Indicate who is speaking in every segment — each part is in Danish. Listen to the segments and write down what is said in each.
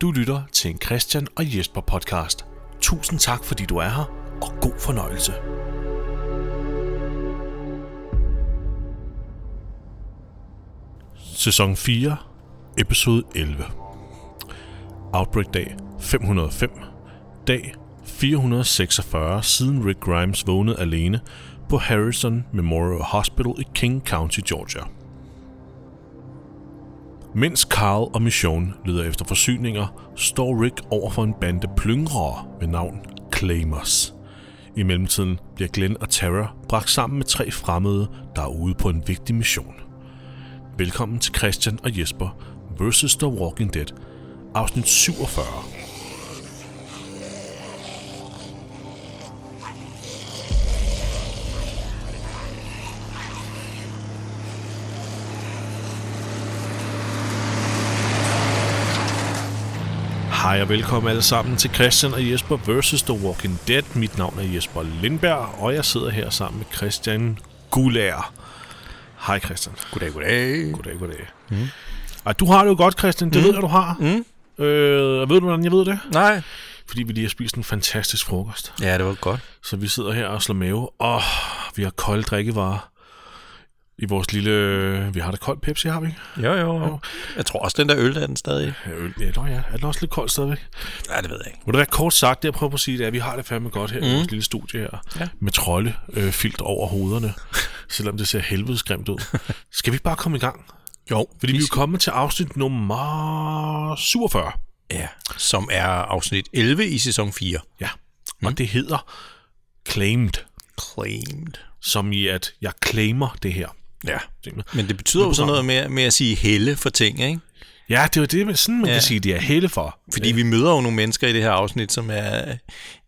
Speaker 1: Du lytter til en Christian og Jesper podcast. Tusind tak, fordi du er her, og god fornøjelse. Sæson 4, episode 11. Outbreak dag 505. Dag 446 siden Rick Grimes vågnede alene på Harrison Memorial Hospital i King County, Georgia. Mens Carl og Mission leder efter forsyninger, står Rick over for en bande plyngere ved navn Claimers. I mellemtiden bliver Glenn og Tara bragt sammen med tre fremmede, der er ude på en vigtig mission. Velkommen til Christian og Jesper vs. The Walking Dead, afsnit 47. Hej og velkommen alle sammen til Christian og Jesper vs. The Walking Dead. Mit navn er Jesper Lindberg, og jeg sidder her sammen med Christian Gulær. Hej Christian.
Speaker 2: Goddag, goddag.
Speaker 1: Goddag, goddag. Mm. Ej, du har det jo godt, Christian. Det mm. ved jeg, du har. Mm. Øh, ved du, hvordan jeg ved det?
Speaker 2: Nej.
Speaker 1: Fordi vi lige har spist en fantastisk frokost.
Speaker 2: Ja, det var godt.
Speaker 1: Så vi sidder her og slår mave, og vi har kolde drikkevarer i vores lille... øh, Vi har da kold Pepsi, har vi ikke?
Speaker 2: Jo, jo, jo. Jeg tror også, den der øl, der er den stadig.
Speaker 1: Ja, øl. Ja, nå ja. Er den også lidt kold stadigvæk?
Speaker 2: Nej, det ved jeg ikke.
Speaker 1: Må det være kort sagt, det jeg prøver på at sige, det er, at vi har det fandme godt her mm. i vores lille studie her. Ja. Med trolde øh, filt over hovederne, selvom det ser helvedesgrimt ud. Skal vi bare komme i gang?
Speaker 2: Jo,
Speaker 1: Fordi vi er jo kommet til afsnit nummer 47.
Speaker 2: Ja, som er afsnit 11 i sæson 4.
Speaker 1: Ja. Mm. Og det hedder Claimed,
Speaker 2: Claimed.
Speaker 1: som i at jeg claimer det her.
Speaker 2: Ja.
Speaker 1: Tingene.
Speaker 2: Men det betyder jo sådan noget med, med at sige helle for ting, ikke?
Speaker 1: Ja, det er jo det, man- sådan man ja. kan sige, det er hele for.
Speaker 2: Fordi vi møder jo nogle mennesker i det her afsnit, som er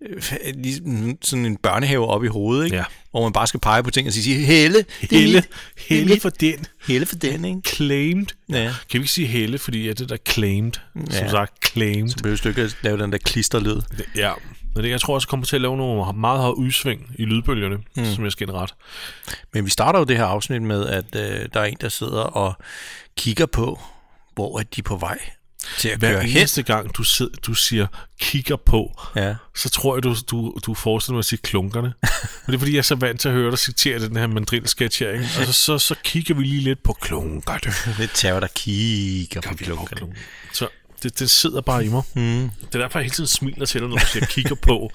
Speaker 2: øh, ligesom sådan en børnehave op i hovedet, ikke?
Speaker 1: Ja.
Speaker 2: Hvor man bare skal pege på ting og sige, helle, det er
Speaker 1: Helle,
Speaker 2: mit, det er
Speaker 1: helle
Speaker 2: mit."
Speaker 1: for den.
Speaker 2: helle for den, ikke?
Speaker 1: Claimed.
Speaker 2: Ja.
Speaker 1: Kan vi ikke sige helle, fordi er det der claimed? Ja. Som
Speaker 2: Ja.
Speaker 1: sagt, claimed.
Speaker 2: Du behøver du ikke at lave den der klisterlyd.
Speaker 1: Ja. Men det, jeg tror også, jeg kommer til at lave nogle meget høje udsving i lydbølgerne, mm. som jeg skal indrette.
Speaker 2: Men vi starter jo det her afsnit med, at øh, der er en, der sidder og kigger på, hvor er de på vej til at
Speaker 1: Hver
Speaker 2: køre hen.
Speaker 1: eneste gang, du, sid, du siger, kigger på,
Speaker 2: Ja.
Speaker 1: så tror jeg, du, du, du forestiller mig at sige klunkerne. Men det er, fordi jeg er så vant til at høre dig citere den her mandrilsketch her, ikke? Og så, så, så kigger vi lige lidt på klunkerne.
Speaker 2: Lidt terror, der kigger på
Speaker 1: Okay.
Speaker 2: klunkerne.
Speaker 1: Så det, det sidder bare i mig. Mm. Det er derfor, jeg hele tiden smiler til dig, når du siger, kigger på.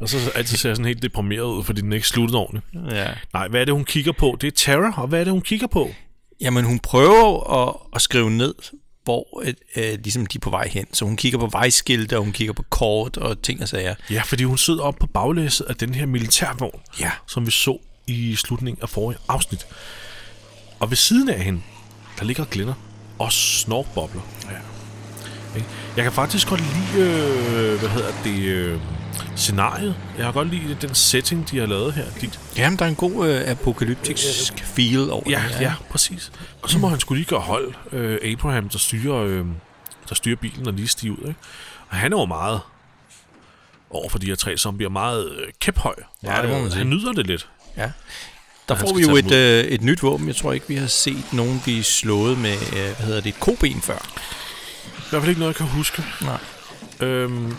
Speaker 1: Og så altid ser jeg sådan helt deprimeret ud, fordi den ikke sluttede ordentligt.
Speaker 2: Ja.
Speaker 1: Nej, hvad er det, hun kigger på? Det er Tara, og hvad er det, hun kigger på?
Speaker 2: Jamen, hun prøver at, at skrive ned, hvor øh, øh, ligesom de er på vej hen. Så hun kigger på vejskilte, og hun kigger på kort og ting og sager.
Speaker 1: Ja, fordi hun sidder oppe på baglæsset af den her militærvogn,
Speaker 2: Ja.
Speaker 1: som vi så i slutningen af forrige afsnit. Og ved siden af hende, der ligger glænder og snorkbobler. Ja. Jeg kan faktisk godt lide, øh, hvad hedder det, øh, scenariet. Jeg kan godt lide den setting, de har lavet her. De,
Speaker 2: Jamen, der er en god øh, apokalyptisk feel over
Speaker 1: Ja,
Speaker 2: det her.
Speaker 1: ja, præcis. Og så må han skulle lige gøre hold. Øh, Abraham, der styrer, øh, der styrer bilen og lige stiger ud. Ikke? Og han er jo meget over for de her tre zombier. Meget øh, kæphøj. Meget,
Speaker 2: det må man
Speaker 1: øh,
Speaker 2: sige.
Speaker 1: Han nyder det lidt.
Speaker 2: Ja. Der
Speaker 1: han
Speaker 2: får
Speaker 1: skal
Speaker 2: vi jo
Speaker 1: tage
Speaker 2: et,
Speaker 1: dem
Speaker 2: øh, et nyt våben. Jeg tror ikke, vi har set nogen blive slået med, øh, hvad hedder det, et koben før.
Speaker 1: I hvert fald ikke noget, jeg kan huske.
Speaker 2: Nej.
Speaker 1: Øhm,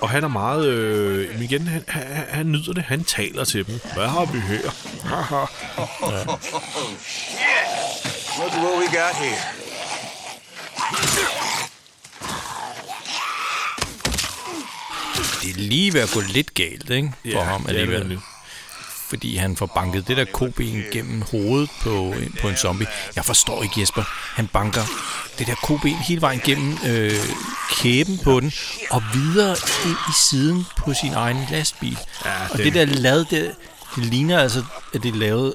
Speaker 1: og han er meget... Øh, men igen, han, han, han- han nyder det. Han taler til dem. Hvad har vi her?
Speaker 3: Look at what we got here.
Speaker 2: Det er lige ved at gå lidt galt, ikke? For
Speaker 1: Ja,
Speaker 2: ham
Speaker 1: det er det
Speaker 2: alligevel.
Speaker 1: nemlig.
Speaker 2: fordi han får banket det der koben gennem hovedet på, på en zombie. Jeg forstår ikke Jesper. Han banker det der koben hele vejen gennem øh, kæben på den, og videre ind i siden på sin egen lastbil.
Speaker 1: Ja,
Speaker 2: og
Speaker 1: den-
Speaker 2: det der lad, det, det ligner altså, at det er lavet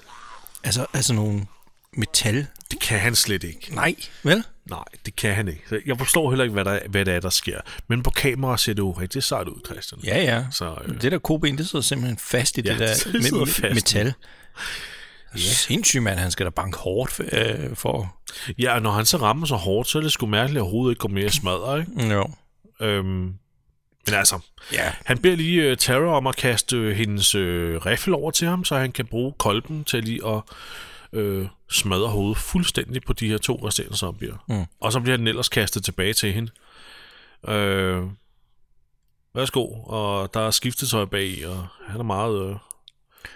Speaker 2: altså, altså nogle metal.
Speaker 1: Det kan han slet ikke.
Speaker 2: Nej, vel?
Speaker 1: Nej, det kan han ikke. Så Jeg forstår heller ikke, hvad, der, hvad det er, der sker. Men på kamera ser det jo rigtig sejt ud, Christian.
Speaker 2: Ja, ja.
Speaker 1: Så,
Speaker 2: Så,
Speaker 1: øh,
Speaker 2: øh. Det der koben, det sidder simpelthen fast i
Speaker 1: Ja,
Speaker 2: det
Speaker 1: det
Speaker 2: der
Speaker 1: sidder
Speaker 2: me-
Speaker 1: fast.
Speaker 2: metal. Ja. Sindssyg mand, han skal da banke hårdt for, øh, for
Speaker 1: Ja, og når han så rammer så hårdt, så er det sgu mærkeligt, at hovedet ikke går mere i smadre, ikke?
Speaker 2: Mm, jo.
Speaker 1: Øhm, men altså,
Speaker 2: Ja,
Speaker 1: han beder lige uh, Tara om at kaste øh, hendes øh, riffel over til ham, så han kan bruge kolben til lige at øh, smadre hovedet fuldstændig på de her to resterende zombier. Mm. Og så bliver den ellers kastet tilbage til hende. Øh, værsgo, og der er skiftetøj bag, og han er meget... Øh,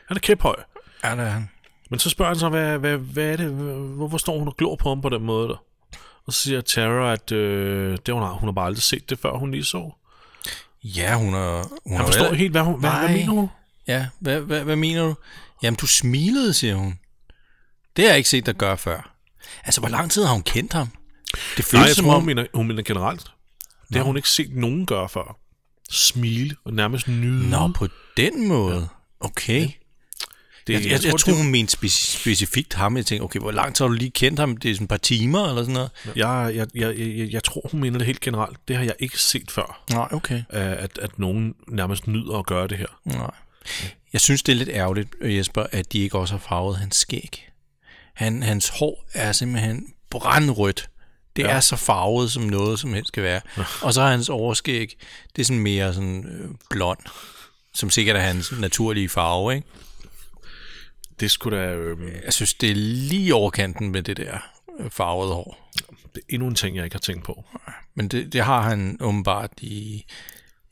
Speaker 1: han er kæphøj.
Speaker 2: Ja, det er han.
Speaker 1: Men så spørger han så, hvad, hvad, hvad er det? Hvorfor står hun og glor på ham på den måde der? Og så siger Tara, at øh, det, hun, har, hun har bare aldrig set det, før hun lige så.
Speaker 2: Ja, hun er... Hun
Speaker 1: Han
Speaker 2: er
Speaker 1: forstår
Speaker 2: vel-
Speaker 1: ikke helt, hvad, hun, hvad, hvad
Speaker 2: Nej.
Speaker 1: mener hun?
Speaker 2: Ja, hvad, hvad, hvad mener du? Jamen, du smilede, siger hun. Det har jeg ikke set dig gøre før. Altså, hvor lang tid har hun kendt ham? Det føles
Speaker 1: Nej, jeg
Speaker 2: som
Speaker 1: tror,
Speaker 2: om...
Speaker 1: hun mener, hun mener generelt. Det har hun ikke set nogen gøre før. Smile og nærmest nyde.
Speaker 2: Nå, på den måde. Okay.
Speaker 1: det,
Speaker 2: Jeg, jeg, jeg, tror, hun mente speci- specifikt ham. Jeg tænkte, okay, hvor lang tid har du lige kendt ham? Det er sådan et par timer eller sådan noget.
Speaker 1: det, jeg, jeg, jeg, jeg, jeg, jeg tror, hun mener det helt generelt. Det har jeg ikke set før,
Speaker 2: Nej, okay.
Speaker 1: øh, at, at nogen nærmest nyder at gøre det her.
Speaker 2: Nej. Jeg synes, det er lidt ærgerligt, øh, Jesper, at de ikke også har farvet hans skæg. Han, hans hår er simpelthen brandrødt. Det ja. er så farvet, som noget som helst skal være. Og så er hans overskæg, det er sådan mere sådan øh, blond, som sikkert er hans naturlige farve, ikke?
Speaker 1: Det skulle da øh,
Speaker 2: Jeg synes, det er lige overkanten med det der øh, farvede hår.
Speaker 1: det er endnu en ting, jeg ikke har tænkt på.
Speaker 2: Men det, det har han åbenbart i...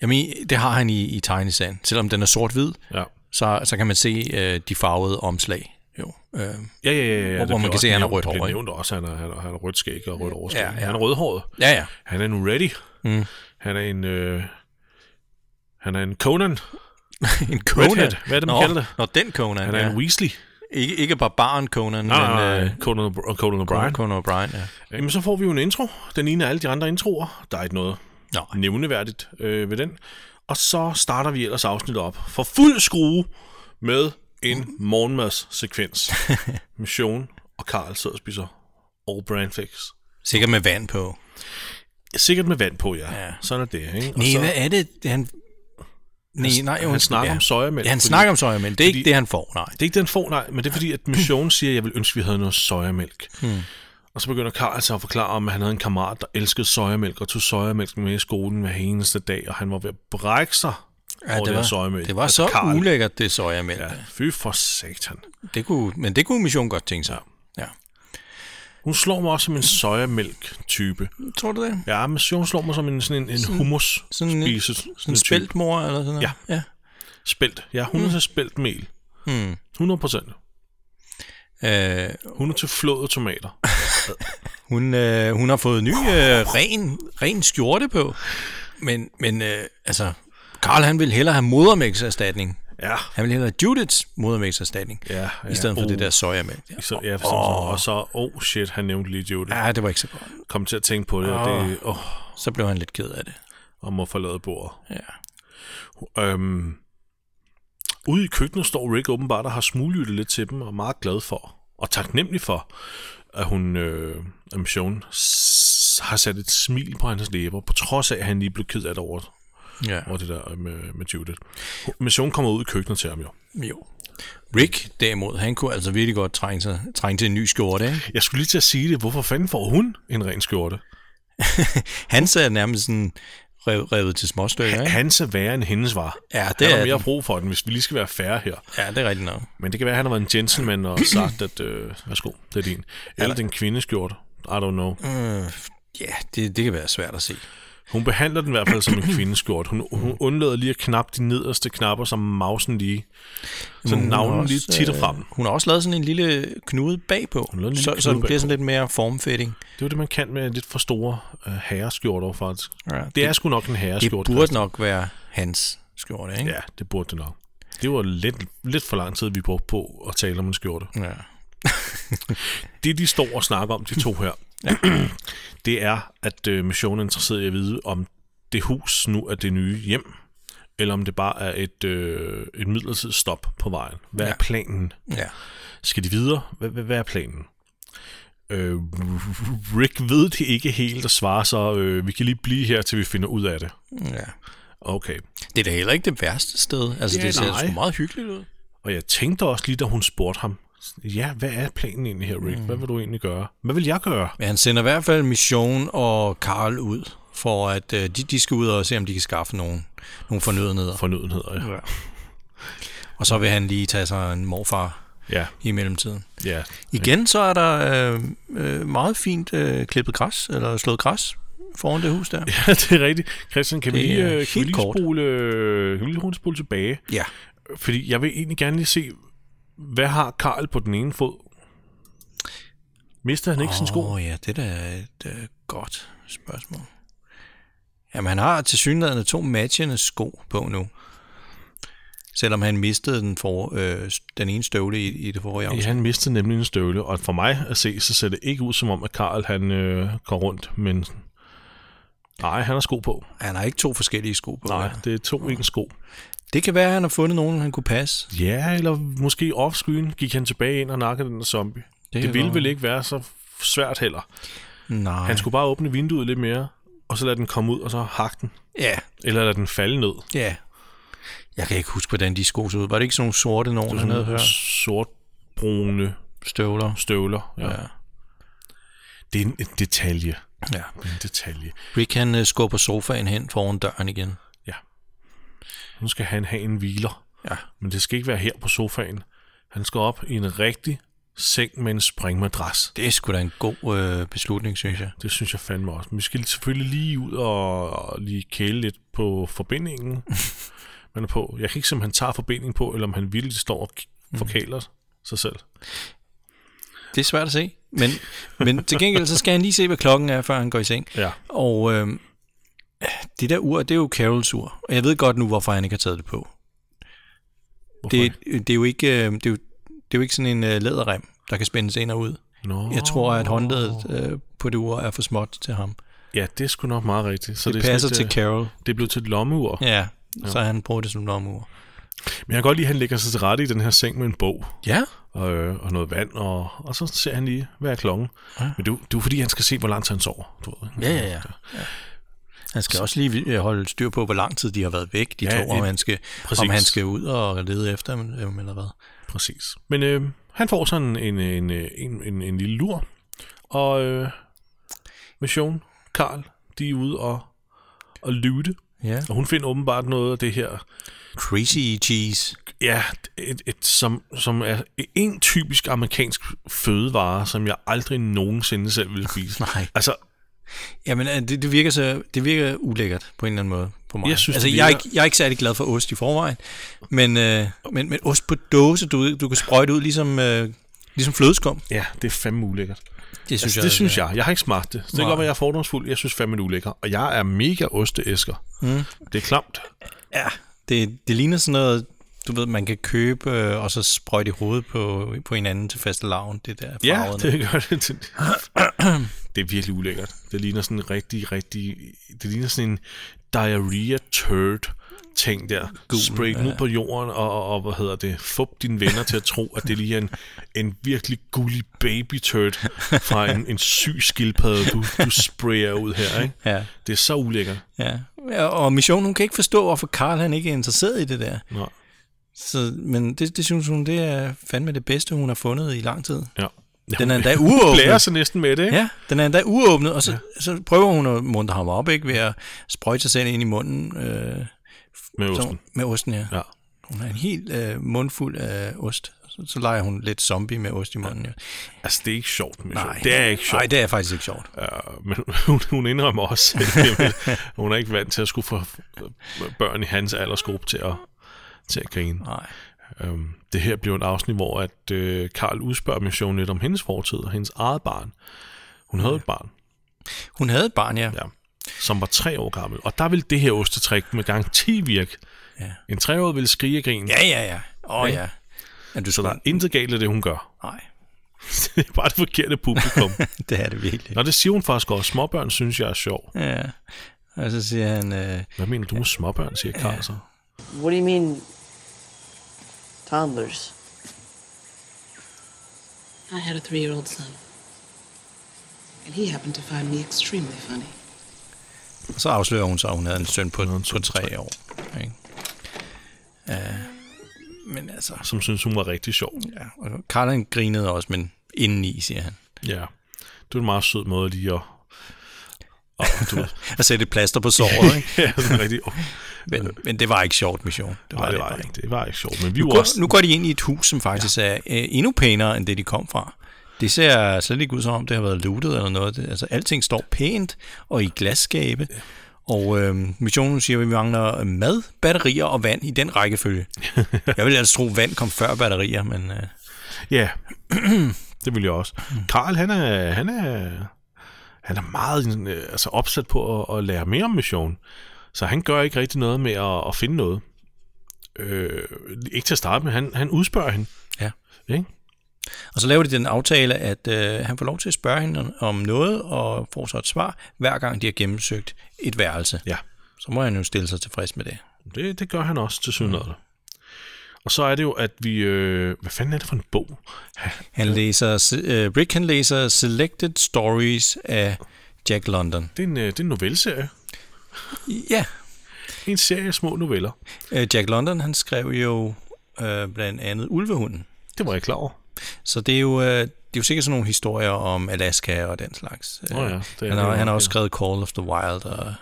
Speaker 2: Jeg mener, det har han i, i tegneserien. Selvom den er sort-hvid,
Speaker 1: Ja,
Speaker 2: så, så kan man se øh, de farvede omslag. Jo, øh,
Speaker 1: ja, ja. ja, ja
Speaker 2: Hvor-
Speaker 1: det
Speaker 2: hvor man
Speaker 1: blev
Speaker 2: kan se,
Speaker 1: også
Speaker 2: at han har
Speaker 1: nævnt-
Speaker 2: rødt hår,
Speaker 1: Det
Speaker 2: ikke?
Speaker 1: blev nævnt også, at han har, han har, han har rødt skæg og rødt overskæg.
Speaker 2: Ja,
Speaker 1: Ja,
Speaker 2: ja.
Speaker 1: ja. Han er rødhåret.
Speaker 2: ja, ja.
Speaker 1: Han er nu ready.
Speaker 2: Mm.
Speaker 1: Han er en... Øh, han er en Conan.
Speaker 2: En Conan.
Speaker 1: Redhead. Hvad er det, man
Speaker 2: Nå,
Speaker 1: kalder det?
Speaker 2: Nå, den Conan,
Speaker 1: Han er
Speaker 2: ja.
Speaker 1: en Weasley.
Speaker 2: Ikke, ikke barbaren Conan,
Speaker 1: Nej,
Speaker 2: men
Speaker 1: nej,
Speaker 2: øh,
Speaker 1: nej. Conan, O'Br- Conan O'Brien.
Speaker 2: Conan O'Brien, ja.
Speaker 1: Jamen, så får vi jo en intro. Den ene af alle de andre introer. Der er ikke noget
Speaker 2: Nå,
Speaker 1: nævneværdigt øh, ved den. Og så starter vi ellers afsnittet op for fuld skrue med en morgenmadssekvens. med Sean og Karl sidder og spiser All Brandfix.
Speaker 2: sikkert med vand på.
Speaker 1: Sikkert med vand på, ja.
Speaker 2: Ja.
Speaker 1: ja. Sådan er det, ikke? Og
Speaker 2: Nej,
Speaker 1: så,
Speaker 2: hvad er det? Det er Han, nej, nej, jo,
Speaker 1: han snakker
Speaker 2: ja.
Speaker 1: om sojamælk.
Speaker 2: Ja, han
Speaker 1: fordi-
Speaker 2: snakker om soja, men det er ikke
Speaker 1: fordi-
Speaker 2: det, han får, nej.
Speaker 1: Det er ikke den får, nej, men det er fordi, at missionen siger, at jeg vil ønske, at vi havde noget sojamælk. Hmm. Og så begynder Karl så at forklare om, at han havde en kammerat, der elskede sojamælk, og tog sojamælk med i skolen hver eneste dag, og han var ved at brække sig ja, over det, det her
Speaker 2: det, var,
Speaker 1: sojamælk. Altså,
Speaker 2: det var så ulækkert, det sojamælk. Ja.
Speaker 1: Ja, fy for satan.
Speaker 2: Det kunne, men det kunne missionen godt tænke sig. Ja.
Speaker 1: Hun slår mig også som en sojamælk-type.
Speaker 2: Tror du det?
Speaker 1: Ja, missionen slår mig som en, sådan en, en hummus
Speaker 2: sådan en-
Speaker 1: spise
Speaker 2: Sådan
Speaker 1: type.
Speaker 2: en spæltmor eller sådan noget?
Speaker 1: Ja.
Speaker 2: ja.
Speaker 1: Spelt. Ja, hun er til spelt mel.
Speaker 2: Hmm.
Speaker 1: 100 procent.
Speaker 2: Øh,
Speaker 1: Hun er til flåede tomater.
Speaker 2: Hun, øh, hun har fået ny øh, ren, ren skjorte på. Men, men øh, altså, Karl han vil hellere have modermælkserstatning.
Speaker 1: Ja,
Speaker 2: Han vil hellere have Judiths modermælkserstatning.
Speaker 1: Ja, ja.
Speaker 2: I stedet for
Speaker 1: Uh.
Speaker 2: det der sojamælk. der.
Speaker 1: så, ja, sådan, oh. og så, oh shit, han nævnte lige Judith.
Speaker 2: Ja, Ah. det var ikke så godt.
Speaker 1: kom til at tænke på det, oh. og, det, oh,
Speaker 2: Så blev han lidt ked af det.
Speaker 1: og må forlade bordet.
Speaker 2: Ja.
Speaker 1: Øhm, ude i køkkenet står Rick åbenbart og har smuglyttet lidt til dem, og er meget glad for, og taknemmelig for, at hun, øh, at Michonne, s- har sat et smil på hans læber, på trods af, at han lige blev ked af det over,
Speaker 2: ja.
Speaker 1: over det der med, med Judith. Hun- Michonne kommer ud i køkkenet til ham jo.
Speaker 2: Jo. Rick, derimod, han kunne altså virkelig godt trænge, sig, trænge til en ny skjorte. Ikke?
Speaker 1: Jeg skulle lige til at sige det, hvorfor fanden får hun en ren skjorte?
Speaker 2: Han sad nærmest sådan rev, revet til småstykker. Ikke?
Speaker 1: Hans er værre end hendes var.
Speaker 2: Ja, det
Speaker 1: Han har
Speaker 2: er
Speaker 1: mere
Speaker 2: den.
Speaker 1: brug for den, hvis vi lige skal være færre her.
Speaker 2: Ja, det er rigtigt nok.
Speaker 1: Men det kan være, at han har været en gentleman og sagt, at øh, værsgo, det er din. Eller den kvindeskjorte. I don't know.
Speaker 2: Øh, ja, det, det kan være svært at se.
Speaker 1: Hun behandler den i hvert fald som en kvindeskjort. Hun, hun undlader lige at knappe de nederste knapper, som mausen lige. Så
Speaker 2: Hun har
Speaker 1: navnen
Speaker 2: også,
Speaker 1: lige titter
Speaker 2: øh,
Speaker 1: frem.
Speaker 2: Hun har også lavet sådan en lille knude bagpå,
Speaker 1: har lavet en lille
Speaker 2: så, så
Speaker 1: knude
Speaker 2: den bliver sådan lidt mere formfitting.
Speaker 1: Det er jo det, man kan med lidt for store øh, herreskjorter, faktisk.
Speaker 2: Ja,
Speaker 1: Det er sgu nok en
Speaker 2: det
Speaker 1: herreskjort.
Speaker 2: burde nok være hans skjorte, ikke?
Speaker 1: Ja, det burde det nok. Det var lidt, lidt for lang tid, vi brugte på at tale om en skjorte.
Speaker 2: ja.
Speaker 1: det, de står og snakker om, de to her, det er, at øh, missionen er interesseret i at vide, om det hus nu er det nye hjem, eller om det bare er et, øh, et midlertidigt stop på vejen. Hvad ja.
Speaker 2: Ja.
Speaker 1: er planen?
Speaker 2: ja.
Speaker 1: Skal de videre? Hvad, hvad, hvad er planen? Øh, Rick ved det ikke helt og svarer så, øh, vi kan lige blive her, til vi finder ud af det.
Speaker 2: ja.
Speaker 1: Okay.
Speaker 2: Det er da heller ikke det værste sted. Altså,
Speaker 1: Ja,
Speaker 2: det ser
Speaker 1: nej.
Speaker 2: sgu meget hyggeligt ud.
Speaker 1: Og jeg tænkte også lige, da hun spurgte ham, ja, hvad er planen egentlig her, Rick? Hvad vil du egentlig gøre? Hvad vil jeg gøre?
Speaker 2: Men han sender i hvert fald Mission og Karl ud, for at øh, de, de skal ud og se, om de kan skaffe nogen, nogle fornødenheder.
Speaker 1: Fornødenheder, ja.
Speaker 2: Og så vil han lige tage sig en morfar
Speaker 1: Ja,
Speaker 2: i mellemtiden.
Speaker 1: ja.
Speaker 2: Igen så er der øh, øh, meget fint øh, klippet græs, eller slået græs foran det hus der.
Speaker 1: Ja, det er rigtigt. Christian, kan vi
Speaker 2: Det er
Speaker 1: lige, øh, kan vi
Speaker 2: helt
Speaker 1: lige
Speaker 2: kort.
Speaker 1: spole, øh, kan vi lige hurtigt spole tilbage?
Speaker 2: Ja.
Speaker 1: Fordi jeg vil egentlig gerne lige se, hvad har Karl på den ene fod? Mister han ikke oh. sin sko?
Speaker 2: Åh ja, det er da et øh, godt spørgsmål. Jamen, han har til synligheden to matchende sko på nu. Selvom han mistede den, for, øh, den ene støvle i, i det forrige
Speaker 1: Ja,
Speaker 2: afsnit.
Speaker 1: han mistede nemlig en støvle, og for mig at se, så ser det ikke ud som om, at Karl han øh, går rundt, men nej, han har sko på.
Speaker 2: Ja. Han har ikke to forskellige sko på.
Speaker 1: Nej,
Speaker 2: vel?
Speaker 1: det er to en sko.
Speaker 2: Det kan være, at han har fundet nogen, han kunne passe.
Speaker 1: Ja, eller måske offscreen gik han tilbage ind og nakkede den der zombie.
Speaker 2: kan
Speaker 1: Det, det ville
Speaker 2: godt
Speaker 1: vel
Speaker 2: være.
Speaker 1: ikke være så f- svært heller.
Speaker 2: Nej.
Speaker 1: Han skulle bare åbne vinduet lidt mere, og så lade den komme ud, og så hakke den.
Speaker 2: Ja,
Speaker 1: Eller lade den falde ned.
Speaker 2: ja. Jeg kan ikke huske, hvordan de sko så ud. Var det ikke sådan nogle sorte nogen, han havde
Speaker 1: Sådan
Speaker 2: hørt?
Speaker 1: sortbrune
Speaker 2: Støvler.
Speaker 1: støvler. Ja.
Speaker 2: Ja.
Speaker 1: ja. Det er en, en detalje.
Speaker 2: ja.
Speaker 1: En detalje.
Speaker 2: Rick, han øh, skubber sofaen hen foran døren igen.
Speaker 1: Ja. Nu skal han have en hviler.
Speaker 2: Ja.
Speaker 1: Men det skal ikke være her på sofaen. Han skal op i en rigtig seng med en springmadras.
Speaker 2: Det er sgu da en god øh, beslutning, synes jeg.
Speaker 1: Det synes jeg fandme også. Men vi skal selvfølgelig lige ud og, og lige kæle lidt på forbindingen. man er på. Jeg kan ikke se, om han tager forbindingen på, eller om han vildt står og
Speaker 2: Mm.
Speaker 1: k- forkæler sig selv.
Speaker 2: Det er svært at se. Men, men til gengæld, så skal han lige se, hvad klokken er, før han går i seng.
Speaker 1: Ja.
Speaker 2: Og øh, det der ur, det er jo Carols ur. Og jeg ved godt nu, hvorfor han ikke har taget det på.
Speaker 1: Hvorfor
Speaker 2: Det,
Speaker 1: ikke?
Speaker 2: det, er jo ikke, øh, det, er jo, det er jo ikke sådan en øh, læderrem, der kan spændes ind og ud.
Speaker 1: Nå.
Speaker 2: Jeg tror, at håndledet øh, på det ur er for småt til ham.
Speaker 1: Ja, det er sgu nok meget rigtigt. Så
Speaker 2: Det, det
Speaker 1: er
Speaker 2: passer
Speaker 1: sådan
Speaker 2: til
Speaker 1: et,
Speaker 2: Carol.
Speaker 1: øh, Det er blevet til et lommeur. Ja.
Speaker 2: Ja, så han bruger det som lommeur.
Speaker 1: Men jeg kan godt lide, at han lægger sig til rette i den her seng med en bog.
Speaker 2: Ja,
Speaker 1: og, øh, og noget vand, og, og så ser han lige, hvad er klokken. Ja. Men det, er jo- det er jo fordi, han skal se, hvor langt han sover. Du ved, ikke?
Speaker 2: Ja, ja, ja. Han skal også lige øh, holde styr på, hvor lang tid de har været væk, de
Speaker 1: Ja,
Speaker 2: ja, to, om
Speaker 1: det-
Speaker 2: han, skal, om
Speaker 1: præcis.
Speaker 2: han skal ud og lede efter dem, dem eller hvad.
Speaker 1: Præcis. Men øh, han får sådan en, en, øh, en, en, en lille lur, og øh, Mission, Karl, de er ude og, og lytte,
Speaker 2: Ja.
Speaker 1: og hun finder åbenbart noget af det her,
Speaker 2: Crazy cheese.
Speaker 1: ja, et, et, som, som er en typisk amerikansk fødevare, som jeg aldrig nogensinde selv vil spise.
Speaker 2: Nej.
Speaker 1: Altså,
Speaker 2: Jamen, øh, det, det, virker så, det virker ulækkert på en eller anden måde på mig.
Speaker 1: Jeg synes,
Speaker 2: altså,
Speaker 1: det
Speaker 2: jeg, er
Speaker 1: virker-
Speaker 2: ikke, jeg er ikke særlig glad for ost i forvejen, men, øh, men, men ost på dåse, du, du kan sprøjte ud ligesom, øh, ligesom flødeskum.
Speaker 1: ja, det er fandme ulækkert.
Speaker 2: Det synes
Speaker 1: Altså,
Speaker 2: jeg.
Speaker 1: det synes jeg. Jeg har ikke smagt det. Så det kan
Speaker 2: Nej.
Speaker 1: godt være, jeg er fordomsfuld. Jeg synes fandme, det er ulækker. Og jeg er mega osteæsker. Mm. Det er klamt.
Speaker 2: Ja, det, det ligner sådan noget, du ved, man kan købe øh, og så sprøjte i hovedet på, på hinanden til faste laven, det der
Speaker 1: Ja,
Speaker 2: farvede
Speaker 1: det gør det. Det er virkelig ulækkert. Det ligner sådan en rigtig, rigtig... Det ligner sådan en diarrhea turd ting der. Spray den ud på jorden, og, og, og hvad hedder det? Fup dine venner til at tro, at det lige er en, en virkelig gullig baby turd fra en, en syg skildpadde, du, du sprayer ud her, ikke?
Speaker 2: Ja.
Speaker 1: Det er så ulækkert.
Speaker 2: Ja, Ja, og Mission, hun kan ikke forstå, hvorfor Karl han ikke er interesseret i det der.
Speaker 1: Nå.
Speaker 2: Så, men det, det synes hun, det er fandme det bedste, hun har fundet i lang tid.
Speaker 1: Ja.
Speaker 2: Den er endda
Speaker 1: Blærer
Speaker 2: uåbnet.
Speaker 1: sig næsten med det, ikke?
Speaker 2: Ja, den er endda uåbnet, og så, ja. så prøver hun at muntre ham op, ikke? Ved at sprøjte sig selv ind i munden. Øh,
Speaker 1: Med
Speaker 2: så,
Speaker 1: osten.
Speaker 2: med osten, ja. ja.
Speaker 1: Ja.
Speaker 2: Hun har en helt øh, mundfuld af ost. Så, så leger hun lidt zombie med ost i munden, ja.
Speaker 1: Altså, det er ikke sjovt, Michelle. Nej. Det er ikke sjovt.
Speaker 2: Nej, det er faktisk ikke sjovt.
Speaker 1: Uh, men hun, hun indrømmer også, at det er- hun er ikke vant til at skulle få øh, børn i hans aldersgruppe til at, til at grine.
Speaker 2: Nej.
Speaker 1: Um, det her bliver et afsnit, hvor at øh, Karl udspørger Mission lidt om hendes fortid og hendes eget barn. Hun havde et barn,
Speaker 2: Hun havde et barn, ja.
Speaker 1: ja, som var tre år gammel, og der ville det her ostetrik med garanti virke.
Speaker 2: Ja.
Speaker 1: En treårig ville skrige og grine.
Speaker 2: Ja, ja, ja. Åh, oh, ja. ja. du
Speaker 1: Så der er
Speaker 2: skulle...
Speaker 1: intet galt af det, hun gør.
Speaker 2: Nej,
Speaker 1: det er bare det forkerte publikum.
Speaker 2: det er det virkelig.
Speaker 1: Nå, det siger hun faktisk også. Småbørn synes jeg er sjov.
Speaker 2: Ja. Og så siger han, øh,
Speaker 1: Hvad mener du med småbørn, siger Karl så?
Speaker 4: What do you mean, toddlers?
Speaker 5: I had a three year old son. And he happened to find me extremely funny.
Speaker 2: så afslører hun så, at hun havde en søn på, på tre år. Ikke? Uh, men altså,
Speaker 1: som synes, hun var rigtig sjov.
Speaker 2: ja. Og Karl han grinede også, men indeni, siger han.
Speaker 1: Ja. Det var en meget sød måde lige at... Og, du ved,
Speaker 2: Og sætte et plaster på såret, ikke?
Speaker 1: ja, sådan rigtig... Oh,
Speaker 2: Men, men det var ikke sjovt, mission. Det
Speaker 1: nej, det var ikke, det var ikke sjovt. Men vi var
Speaker 2: Går,
Speaker 1: også...
Speaker 2: nu går de ind i et hus, som faktisk ja. er øh, endnu pænere, end det de kom fra. Det ser slet ikke ud som om, det har været lootet eller noget. Det, altså, alting står pænt og i glasskabe. Og øh, missionen siger, at vi mangler mad, batterier og vand i den rækkefølge. Jeg ville altså tro, at vand kom før batterier, men øh,
Speaker 1: Ja, det vil jeg også. Karl, han er, han er, han er meget sådan, øh, altså, opsat på at, at lære mere om mission. Så han gør ikke rigtig noget med at, at finde noget. Øh, ikke til at starte med. Han, han udspørger hende.
Speaker 2: Ja.
Speaker 1: Ikke?
Speaker 2: Og så laver de den aftale, at øh, han får lov til at spørge hende om- om noget, og får så et svar, hver gang de har gennemsøgt et værelse.
Speaker 1: Ja.
Speaker 2: Så må han jo stille sig tilfreds med det.
Speaker 1: Det, det gør han også til synligheden. Og så er det jo, at vi... Øh, hvad fanden er det for en bog?
Speaker 2: Han læser, se- øh, Rick han læser Selected Stories af Jack London.
Speaker 1: Det er en, øh, det er en novelleserie.
Speaker 2: Ja,
Speaker 1: En serie af små noveller.
Speaker 2: øh, Jack London han skrev jo øh, blandt andet Ulvehunden.
Speaker 1: Det var jeg klar over.
Speaker 2: Så det er, jo, øh, det er jo sikkert sådan nogle historier om Alaska og den slags. Øh,
Speaker 1: Nå ja, det er
Speaker 2: han,
Speaker 1: det jo
Speaker 2: har, han har
Speaker 1: nok,
Speaker 2: også
Speaker 1: ja.
Speaker 2: skrevet Call of the Wild. Og,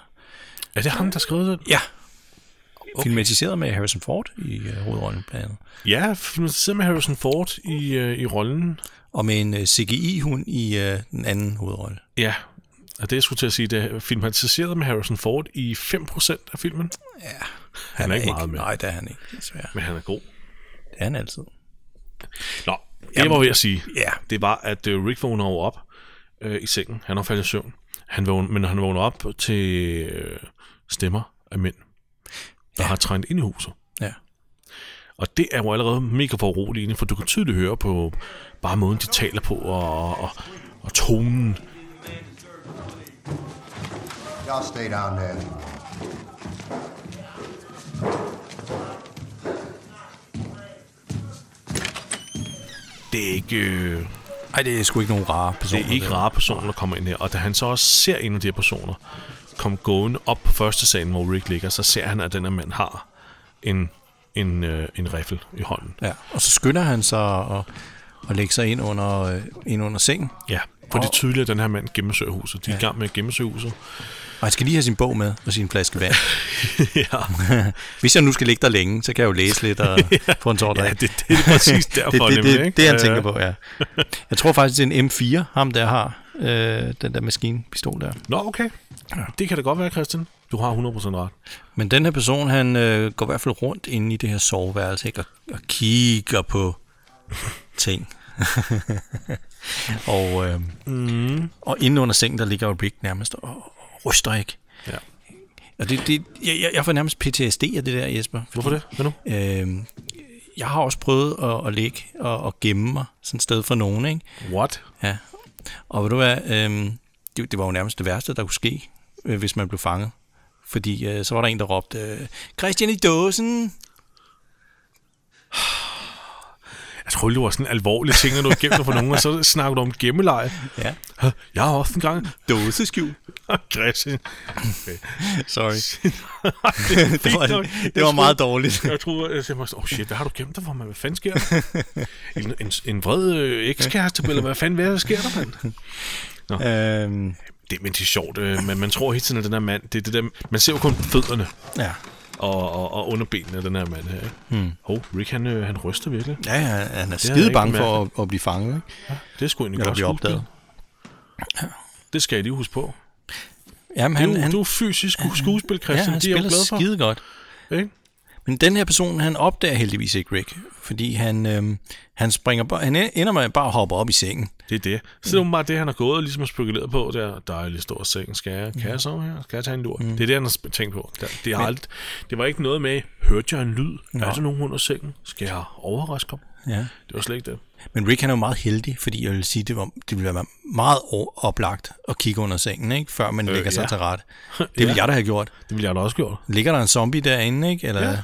Speaker 1: Er det ham, der skrev det?
Speaker 2: ja, okay. filmatiseret med Harrison Ford i øh, hovedrollen blandt andet.
Speaker 1: Ja, for man sidder med Harrison Ford i, øh, i rollen.
Speaker 2: og med en øh, CGI-hund i øh, den anden hovedrolle.
Speaker 1: Ja, og det jeg skulle til at sige, det er filmatiseret med Harrison Ford i 5% af filmen.
Speaker 2: Han,
Speaker 1: er ikke meget med.
Speaker 2: Nej, det er han ikke, desværre.
Speaker 1: Men han er god.
Speaker 2: Det er han altid.
Speaker 1: Nå, det jeg var ved at sige,
Speaker 2: Ja.
Speaker 1: det var, at øh, Rick vågner jo op øh, i sengen. Han har faldet i søvn. Han vågner, men han vågner op til øh, stemmer af mænd, der ja. har trængt ind i huset.
Speaker 2: Ja.
Speaker 1: Og det er jo allerede mega foruroligende, for du kan tydeligt høre på bare måden, de taler på, og, og, og tonen.
Speaker 4: Y'all stay down there.
Speaker 1: Det er ikke... Øh,
Speaker 2: Ej, det er sgu ikke nogen rare personer.
Speaker 1: Det er ikke
Speaker 2: der.
Speaker 1: rare personer, der kommer ind her. Og da han så også ser en af de her personer komme gående op på første salen, hvor Rick ligger, så ser han, at den her mand har en, en, øh, en riffel i hånden.
Speaker 2: Ja. Og så skynder han sig og, og lægger sig ind under, øh, ind under sengen.
Speaker 1: Ja, for det er tydeligt, at den her mand gennemsøger huset. De er i gang med at gennemsøge huset.
Speaker 2: Og han skal lige have sin bog med og sin flaske vand.
Speaker 1: ja,
Speaker 2: Hvis jeg nu skal ligge der længe, så kan jeg jo læse lidt og få en tår
Speaker 1: ja
Speaker 2: drik.
Speaker 1: det, det er præcis derfor.
Speaker 2: det, det,
Speaker 1: nemlig,
Speaker 2: det,
Speaker 1: ikke?
Speaker 2: det, han
Speaker 1: Ja,
Speaker 2: tænker på, ja. Jeg tror faktisk, det er en M4, ham der har øh, den der maskinpistol der.
Speaker 1: Nå, okay. Det kan da godt være, Christian. Du har 100% ret.
Speaker 2: Men den her person, han øh, går i hvert fald rundt inde i det her soveværelse ikke? Og, og kigger på ting. og, øh, mm. og inde under sengen, der ligger jo Rick nærmest og, og ryster ikke.
Speaker 1: Ja.
Speaker 2: Og det, det, jeg, jeg- jeg får nærmest PTSD af det der, Jesper.
Speaker 1: Hvorfor det? Hvad nu?
Speaker 2: Øh, jeg har også prøvet at, at ligge og, og gemme mig sådan et sted for nogen, ikke?
Speaker 1: What?
Speaker 2: Ja. Og ved du hvad, øhm, det, det var jo nærmest det værste, der kunne ske, øh, hvis man blev fanget. Fordi øh, så var der en, der råbte, øh, Christian i dåsen!
Speaker 1: Jeg troede, det var sådan alvorlige ting, når du gemte dig for nogen, og så snakker du om gemmeleje.
Speaker 2: Ja.
Speaker 1: Jeg har også en gang...
Speaker 2: Dåseskjul.
Speaker 1: Christian,
Speaker 2: Sorry.
Speaker 1: det,
Speaker 2: Det var, det var meget dårligt.
Speaker 1: Jeg troede, jeg tænkte, åh oh shit, hvad har du gemt dig for, mand? Hvad fanden sker der? En, en, en vred øh, ekskæreste, eller hvad fanden hvad er der sker der, mand?
Speaker 2: øhm,
Speaker 1: Det, men det er sjovt, øh, man, man tror hele tiden, at den her mand, det, er det der, man ser jo kun fødderne
Speaker 2: ja.
Speaker 1: og, og, og underbenene af den her mand her, ikke? Hmm. Oh, Rick, han, øh, han ryster virkelig.
Speaker 2: Ja, ja, han er
Speaker 1: jeg
Speaker 2: skide
Speaker 1: ikke
Speaker 2: bange for at, at blive fanget. Ikke?
Speaker 1: Det er sgu egentlig
Speaker 2: Eller
Speaker 1: godt
Speaker 2: blive
Speaker 1: skuespil.
Speaker 2: opdaget.
Speaker 1: Det skal jeg lige huske på.
Speaker 2: Jamen,
Speaker 1: Han,
Speaker 2: han,
Speaker 1: du,
Speaker 2: han,
Speaker 1: han, du er fysisk sku- skuespil,
Speaker 2: ja,
Speaker 1: Christian.
Speaker 2: han
Speaker 1: det er jeg jo
Speaker 2: spiller
Speaker 1: glad for.
Speaker 2: skide godt.
Speaker 1: Ikke?
Speaker 2: Men den her person, han opdager heldigvis ikke Rick, fordi han, øhm, han, springer, bare- han ender med bare at hoppe op i sengen.
Speaker 1: Det er det. Så det er bare det, han har gået og ligesom har spekuleret på. Der dejlig stor seng. Skal jeg, kan jeg sove her? Skal jeg tage en lur? Mm. Det er det, han har sp- tænkt på. Det, det, har ald- det var ikke noget med, hørte jeg en lyd? Ja. Er der nogen under sengen? Skal jeg overraske ham?
Speaker 2: Ja.
Speaker 1: Det var slet ikke det.
Speaker 2: Men Rick han er jo meget heldig, fordi jeg vil sige, det, var, det ville være meget o- oplagt at kigge under sengen, ikke? før man øh, lægger sig
Speaker 1: ja.
Speaker 2: til rette. Det ville jeg da have gjort.
Speaker 1: Det ville jeg da også gjort.
Speaker 2: Ligger der en zombie derinde, ikke? eller ja.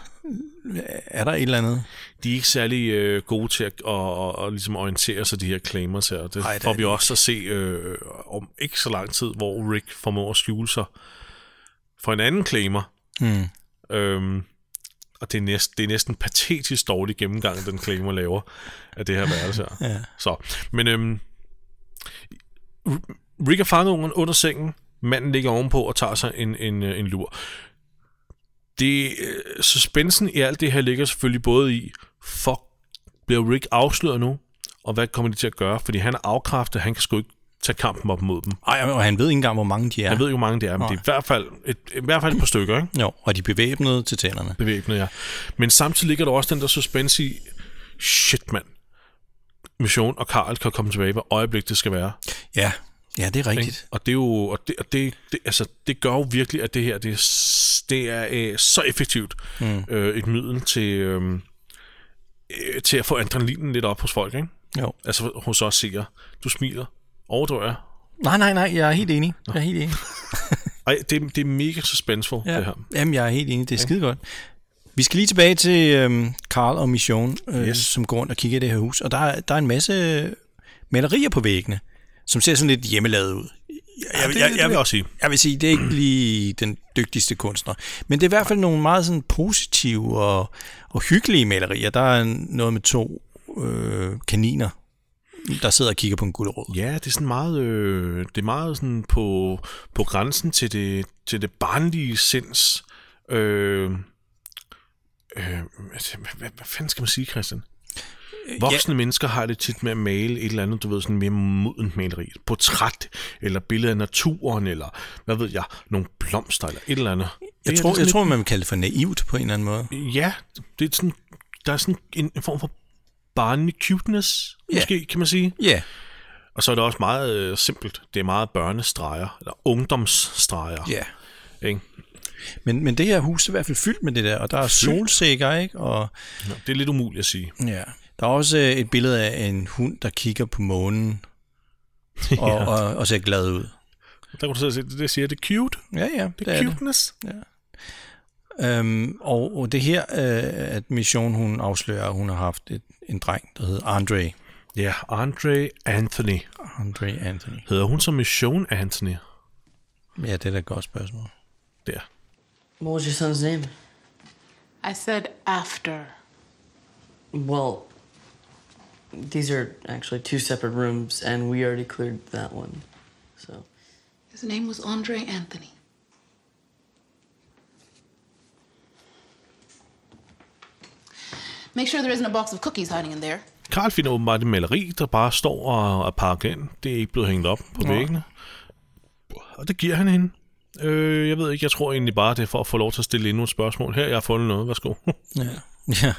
Speaker 2: er der et eller andet?
Speaker 1: De er ikke særlig øh, gode til at og, og, og ligesom orientere sig, de her claimers her. Det
Speaker 2: Ej,
Speaker 1: Ej,
Speaker 2: det
Speaker 1: får
Speaker 2: er
Speaker 1: vi også at se øh, om ikke så lang tid, hvor Rick formår at skjule sig for en anden claimer. Mm. Øhm, og det er, næsten, det er næsten patetisk dårlig gennemgang, den claimer laver af det her værelse her. ja. Så, men øhm, R- Rick er fanget under- under sengen. Manden ligger ovenpå og tager sig en, en, øh, en lur det, øh, suspensen i alt det her ligger selvfølgelig både i, fuck, bliver Rick afsløret nu? og hvad kommer de til at gøre? Fordi han er afkræftet, han kan sgu ikke tage kampen op mod dem.
Speaker 2: Ej, og han ved ikke engang, hvor mange de er.
Speaker 1: Jeg ved ikke, hvor mange det er, men
Speaker 2: Nej.
Speaker 1: det er i hvert fald et, i hvert fald et par stykker, ikke?
Speaker 2: Jo, og de er bevæbnede til tænderne.
Speaker 1: bevæbnet jer. Men samtidig ligger der også den der suspense i, shit mand, Mission og Karl kan komme tilbage, hvad øjeblik det skal være.
Speaker 2: Ja, ja det er
Speaker 1: ikke?
Speaker 2: rigtigt.
Speaker 1: Og det er jo, og det, og det, det, altså, det gør jo virkelig, at det her, det, er s- det er øh, så effektivt mm. øh, et middel til, øh, øh, til at få adrenalinen lidt op hos folk, ikke?
Speaker 2: Jo.
Speaker 1: Altså hos os siger, du smiler, overdrøjer.
Speaker 2: Nej, nej, nej, jeg er helt enig. Jeg er helt enig.
Speaker 1: Ej, det, det er mega suspenseful, ja. det
Speaker 2: Ja.
Speaker 1: her.
Speaker 2: Jamen, jeg er helt enig. Det er skide godt. Vi skal lige tilbage til øhm, Karl og Mission, øh, yes. som går rundt og kigger i det her hus. Og der, er- der er en masse øh, malerier på væggene, som ser sådan lidt hjemmelavet ud. Jeg, jeg,
Speaker 1: det- det vil jeg også sige.
Speaker 2: Jeg vil sige, det er ikke lige den dygtigste kunstner. Men det er i hvert fald nogle meget sådan positive og, og hyggelige malerier. Der er en- noget med to øh, kaniner, der sidder og kigger på en gulerod.
Speaker 1: Ja, det er sådan meget, øh, det er meget sådan på, på grænsen til det, til det barnlige sinds. Øh, øh, altså, hvad, hvad, hvad fanden skal man sige, Christian? Voksne Øh, ja. mennesker har det tit med at male et eller andet, du ved, sådan mere modent maleri. Et portræt, eller billede af naturen, eller hvad ved jeg, nogle blomster, eller et eller andet.
Speaker 2: Jeg,
Speaker 1: det, her,
Speaker 2: tror,
Speaker 1: det er
Speaker 2: jeg
Speaker 1: sådan
Speaker 2: tror, man vil kalde det for naivt på en eller anden måde.
Speaker 1: lidt- Ja, det er sådan, der er sådan en, en form for barnlig cuteness,
Speaker 2: Ja.
Speaker 1: måske, kan man sige.
Speaker 2: Ja,
Speaker 1: Og så er det også meget øh, simpelt. Det er meget børnestreger, eller ungdomsstreger.
Speaker 2: ja.
Speaker 1: Ikke?
Speaker 2: Men, men det her hus er i hvert fald fyldt med det der, og der er solsikker, ikke? Og,
Speaker 1: Nå, det er lidt umuligt at sige.
Speaker 2: ja. Der er også øh, et billede af en hund, der kigger på månen og, ja. og, og ser glad ud.
Speaker 1: Der kan du sidde og se, det, det siger, det er cute.
Speaker 2: Ja, ja,
Speaker 1: Det er cuteness.
Speaker 2: det. Øhm, og, og det her, øh, at Mission, hun afslører, at hun har haft et, en dreng, der hedder Andre.
Speaker 1: Ja, Andre Anthony.
Speaker 2: Andre Anthony.
Speaker 1: Hedder hun så Mission Anthony?
Speaker 2: Ja, det er da et godt spørgsmål.
Speaker 1: Der.
Speaker 6: What was your son's name?
Speaker 5: I said after.
Speaker 6: Well, these are actually two separate rooms, and we already cleared that one. So,
Speaker 5: His name was Andre Anthony.
Speaker 7: Make sure there isn't a box of cookies hiding in there.
Speaker 1: Karl finder åbenbart et maleri, der bare står og er pakket ind. Det er ikke blevet hængt op på væggene. Og det giver han hende. Øh, jeg ved ikke, jeg tror egentlig bare, det er for at få lov til at stille endnu et spørgsmål. Her, jeg har fundet noget. Værsgo.
Speaker 2: Ja. ja.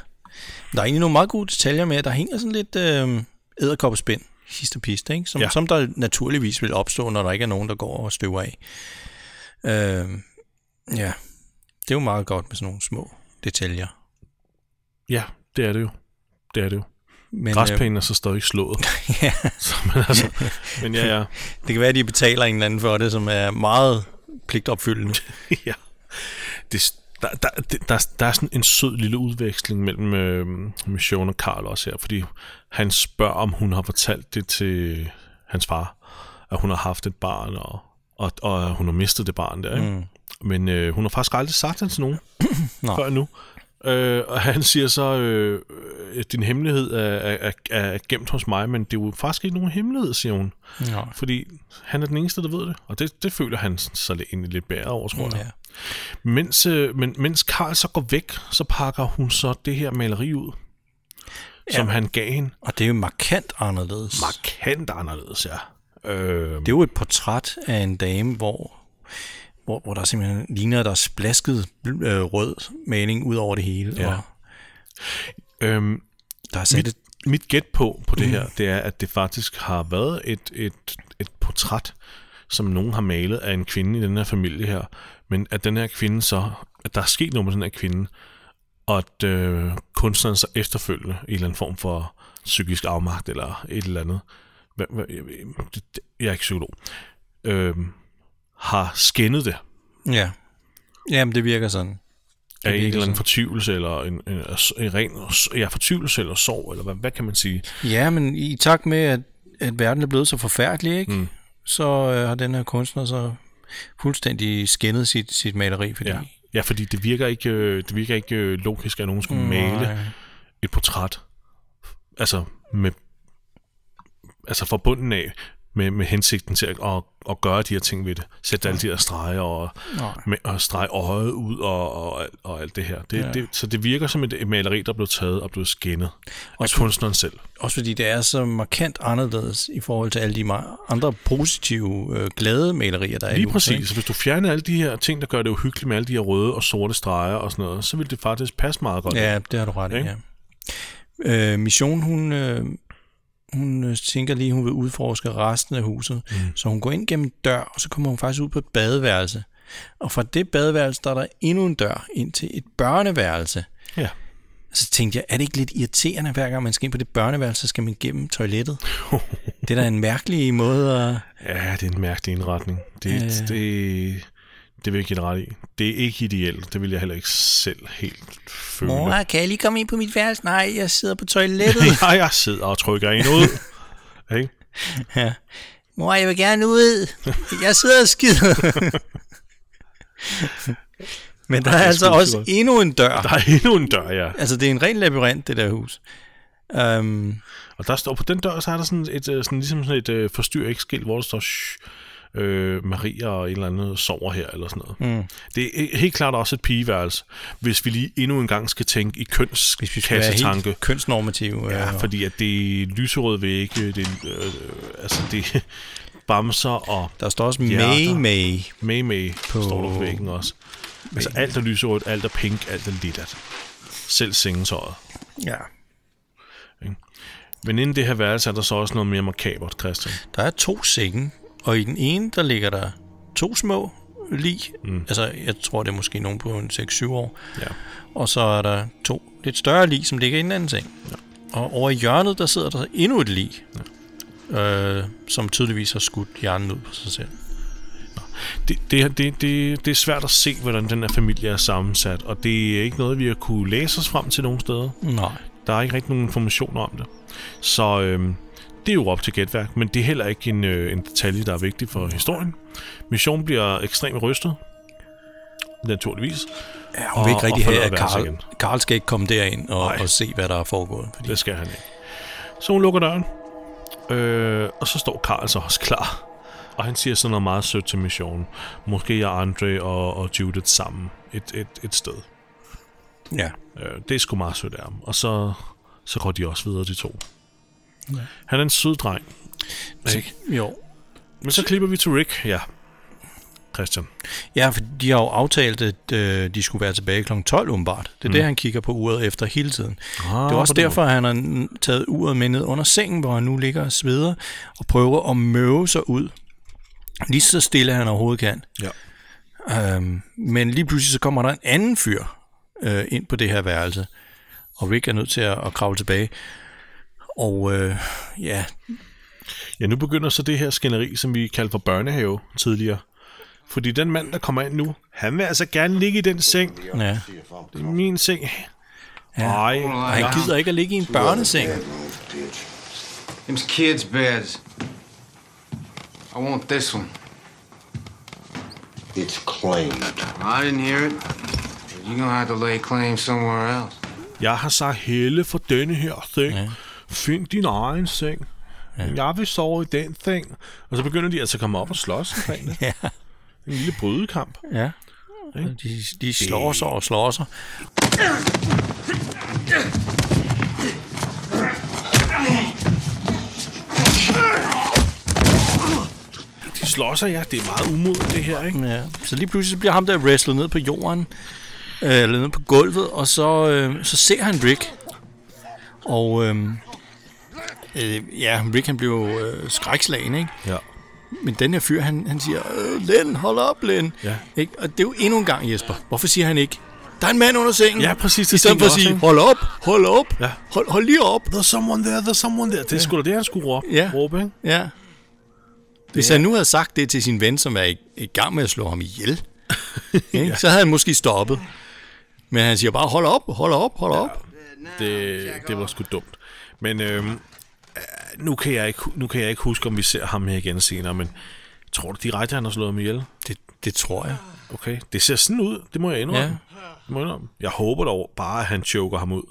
Speaker 2: Der er egentlig nogle meget gode detaljer med, at der hænger sådan lidt øh, æderkoppespind, hist og pist, ikke? Som,
Speaker 1: Ja.
Speaker 2: ja. som der naturligvis vil opstå, når der ikke er nogen, der går og støver af. Øh, ja, det er jo meget godt med sådan nogle små detaljer.
Speaker 1: ja, det er det jo. Det er det jo.
Speaker 2: Men, øh,
Speaker 1: Græsplænen er så stadig slået.
Speaker 2: ja,
Speaker 1: Så, men, altså, men ja, ja.
Speaker 2: det kan være, at de betaler en eller anden for det, som er meget pligtopfyldende.
Speaker 1: ja. Det, der, der, det- der, der er sådan en sød lille udveksling mellem øh, Mission og Karl også her, fordi han spørger, om hun har fortalt det til hans far, at hun har haft et barn, og, og, og at hun har mistet det barn der. Ikke? Mm. Men øh, hun har faktisk aldrig sagt det til nogen før nu. Øh, og han siger så, øh, øh, din hemmelighed er, er, er, er gemt hos mig, men det er jo faktisk ikke nogen hemmelighed, siger hun.
Speaker 2: Nå.
Speaker 1: Fordi han er den eneste, der ved det. Og det, det føler han så lidt- egentlig lidt bære over, tror jeg.
Speaker 2: Ja.
Speaker 1: Mens, øh, men, mens Karl så går væk, så pakker hun så det her maleri ud, ja. som han gav hende.
Speaker 2: Og det er jo markant anderledes.
Speaker 1: Markant anderledes, ja. Øh,
Speaker 2: Det er jo et portræt af en dame, hvor, hvor, hvor der simpelthen ligner, at der er splasket bl- øh, rød maling ud over det hele.
Speaker 1: Ja.
Speaker 2: Og
Speaker 1: øh,
Speaker 2: der er sat et,
Speaker 1: mit gæt på på det mm. her, det er, at det faktisk har været et, et, et portræt, som nogen har malet af en kvinde i den her familie her. Men at den her kvinde så, at der er sket noget med den her kvinde, og at øh, kunstneren så efterfølgende i en eller anden form for psykisk afmagt eller et eller andet. Hvad, hvad, jeg, det- det- jeg er ikke psykolog. Øh, har skændet det
Speaker 2: ja. Jamen, det virker sådan.
Speaker 1: af en
Speaker 2: virker
Speaker 1: eller anden
Speaker 2: sådan.
Speaker 1: fortvivlelse, eller en, en, en, en ren ja, fortvivlelse eller sorg, eller hvad, hvad kan man sige?
Speaker 2: Ja, men i takt med, at, at verden er blevet så forfærdelig, ikke? Mm. så øh, har den her kunstner så fuldstændig skinnet sit, sit maleri. Fordi,
Speaker 1: Ja. ja, fordi det virker ikke, øh, det virker ikke øh, logisk, at nogen skulle
Speaker 2: Mm,
Speaker 1: male et portræt. Altså, med, altså fra bunden af med, med hensigten til at, at, at gøre de her ting ved det. Sætte alle de her streger og,
Speaker 2: Nej.
Speaker 1: med, og strege øjet ud og, og, alt- og alt det her. Det,
Speaker 2: Ja.
Speaker 1: ja. det, så det virker som et, et maleri, der blev taget og blev skinnet af kunstneren selv.
Speaker 2: Også fordi det er så markant anderledes i forhold til alle de ma- andre positive, øh, glade malerier, der er i
Speaker 1: Lige
Speaker 2: huset,
Speaker 1: præcis.
Speaker 2: ikke?
Speaker 1: Så hvis du fjerner alle de her ting, der gør det uhyggeligt med alle de her røde og sorte streger og sådan noget, så vil det faktisk passe meget godt.
Speaker 2: Ja, det har du ret i,
Speaker 1: Ikke?
Speaker 2: ja. Øh, Mission, hun, øh, hun øh, tænker lige, hun vil udforske resten af huset. Mm. Så hun går ind gennem en dør, og så kommer hun faktisk ud på et badeværelse. Og fra det badeværelse, der er der endnu en dør ind til et børneværelse.
Speaker 1: ja.
Speaker 2: Så tænkte jeg, er det ikke lidt irriterende, hver gang man skal ind på det børneværelse, så skal man gennem toilettet? det er da en mærkelig måde at...
Speaker 1: Ja, det er en mærkelig indretning. Det, øh. det, det vil jeg give dig ret i. Det er ikke ideelt. Det vil jeg heller ikke selv helt føle.
Speaker 2: Mor, kan jeg lige komme ind på mit værelse? Nej, jeg sidder på toilettet.
Speaker 1: Ja, jeg sidder og trykker en ud. Ikke?
Speaker 2: Mor, jeg vil gerne ud. Jeg sidder og skider. Men der er altså
Speaker 1: sgu
Speaker 2: også
Speaker 1: godt.
Speaker 2: endnu en dør.
Speaker 1: Der er endnu en dør, ja.
Speaker 2: Altså, det er en ren labyrint, det der hus. Um,
Speaker 1: Og der står på den dør, så er der sådan et, øh, sådan, ligesom sådan et øh, forstyr ikke skilt, hvor der står, Shh, øh, Maria og en eller anden sover her, eller sådan noget. Mm. Det er he- helt klart også et pigeværelse, hvis vi lige endnu en gang skal tænke i
Speaker 2: hvis vi skal være
Speaker 1: kønskassetanke.
Speaker 2: helt kønsnormative.
Speaker 1: Ja,
Speaker 2: øh,
Speaker 1: fordi at det er lyserød vægge, det er, øh, øh, altså det er bamser og
Speaker 2: Der står også
Speaker 1: Hjerter.
Speaker 2: May May.
Speaker 1: May May
Speaker 2: På-
Speaker 1: på... står der på væggen også. Altså alt er lyserødt, alt er pink, alt er lillat. Selv sengetøjet.
Speaker 2: Ja.
Speaker 1: Men inden det her værelse er der så også noget mere makabert, Christian.
Speaker 2: Der er to senge, og i den ene, der ligger der to små lig. Mm. Altså, jeg tror, det er måske nogen på en 6-7 år.
Speaker 1: Ja.
Speaker 2: Og så er der to lidt større lig, som ligger i den anden seng. Ja. Og over i hjørnet, der sidder der endnu et lig, ja. øh, som tydeligvis har skudt hjernen ud på sig selv.
Speaker 1: Det, det, her- det, det, det er svært at se, hvordan den her familie er sammensat, og det er ikke noget, vi har kunne læse os frem til nogen steder.
Speaker 2: Nej.
Speaker 1: Der er ikke rigtig nogen information om det. Så øhm, det er jo op til gætværk, men det er heller ikke en, øh, en detalje, der er vigtig for historien. Mission bliver ekstremt rystet, naturligvis.
Speaker 2: Ja, hun
Speaker 1: Og-
Speaker 2: vil ikke rigtig
Speaker 1: og
Speaker 2: have,
Speaker 1: forlader
Speaker 2: at
Speaker 1: værelset
Speaker 2: Karl,
Speaker 1: igen.
Speaker 2: Karl skal ikke komme derind og,
Speaker 1: Nej.
Speaker 2: og se, hvad der er foregået. Fordi,
Speaker 1: Det skal han ikke. Så hun lukker døren, øh, og så står Karl så også klar. Og han siger sådan noget meget sødt til missionen. Måske jeg, Andre og, og Judith sammen et, et, et sted.
Speaker 2: ja.
Speaker 1: Øh, det er sgu meget sødt af ham. Og så, så går de også videre, de to. Han er en sød dreng. Ikke?
Speaker 2: Jo.
Speaker 1: Men så klipper vi til Rick, ja. Christian.
Speaker 2: Ja, for de har jo aftalt, at øh, de skulle være tilbage kl. 12 åbenbart. Det er mm. det, han kigger på uret efter hele tiden. Ah, det er også
Speaker 1: på den
Speaker 2: derfor, han har n- taget uret med ned under sengen, hvor han nu ligger og sveder og prøver at møve sig ud. Lige så stille han overhovedet kan.
Speaker 1: Ja.
Speaker 2: Øhm, men lige pludselig så kommer der en anden fyr øh, ind på det her værelse, og Rick er nødt til at, at kravle tilbage. Og øh, ja,
Speaker 1: Ja, nu begynder så det her skænderi, som vi kaldte for børnehave tidligere. Fordi den mand, der kommer ind nu, han vil altså gerne ligge i den seng.
Speaker 2: ja.
Speaker 1: I min seng. Nej,
Speaker 2: Og han gider ikke at ligge i en børneseng.
Speaker 8: Them's kids' beds. I want this one.
Speaker 4: It's claimed.
Speaker 8: I didn't hear it. You're gonna have to lay claim somewhere else.
Speaker 1: jeg har sagt hele for denne her seng. Ja. Find din egen seng. Ja. Jeg vil sove i den seng. Og så begynder de altså at komme op og slås omkring det.
Speaker 2: Ja.
Speaker 1: En lille brydekamp.
Speaker 2: Ja. De, de slår sig og slår sig.
Speaker 1: De slår sig, ja. Det er meget umodent, det her, ikke?
Speaker 2: Ja. Så lige pludselig så bliver ham der wrestlet ned på jorden, øh, eller ned på gulvet, og så, øh, så ser han Rick. Og øh, øh, ja, Rick han blev øh, skrækslagen, ikke?
Speaker 1: Ja.
Speaker 2: Men den her fyr, han, han siger, øh, Len, hold op, Len.
Speaker 1: Ja.
Speaker 2: Ikke? Og det er jo endnu en gang, Jesper. Hvorfor siger han ikke, der er en mand under sengen?
Speaker 1: Ja, præcis, det
Speaker 2: I stedet
Speaker 1: tænker
Speaker 2: for at
Speaker 1: jeg også,
Speaker 2: sige,
Speaker 1: ikke?
Speaker 2: hold op, hold op,
Speaker 1: Ja.
Speaker 2: hold, hold lige op.
Speaker 1: There's someone there, there's someone there. Det er sgu da det, han skulle råbe,
Speaker 2: Ja.
Speaker 1: råbe ikke?
Speaker 2: Ja. Hvis han nu havde sagt det til sin ven, som er i, i gang med at slå ham ihjel, ja. så havde han måske stoppet. Men han siger bare, hold op, hold op, hold op.
Speaker 1: det, det var sgu dumt. Men øhm, øh, nu, kan jeg ikke, nu kan jeg ikke huske, om vi ser ham her igen senere, men tror du direkte, han har slået ham ihjel?
Speaker 2: Det, det tror jeg.
Speaker 1: Okay, det ser sådan ud, det må jeg indrømme. Ja. Det må jeg, indrømme. jeg håber dog bare, at han choker ham ud.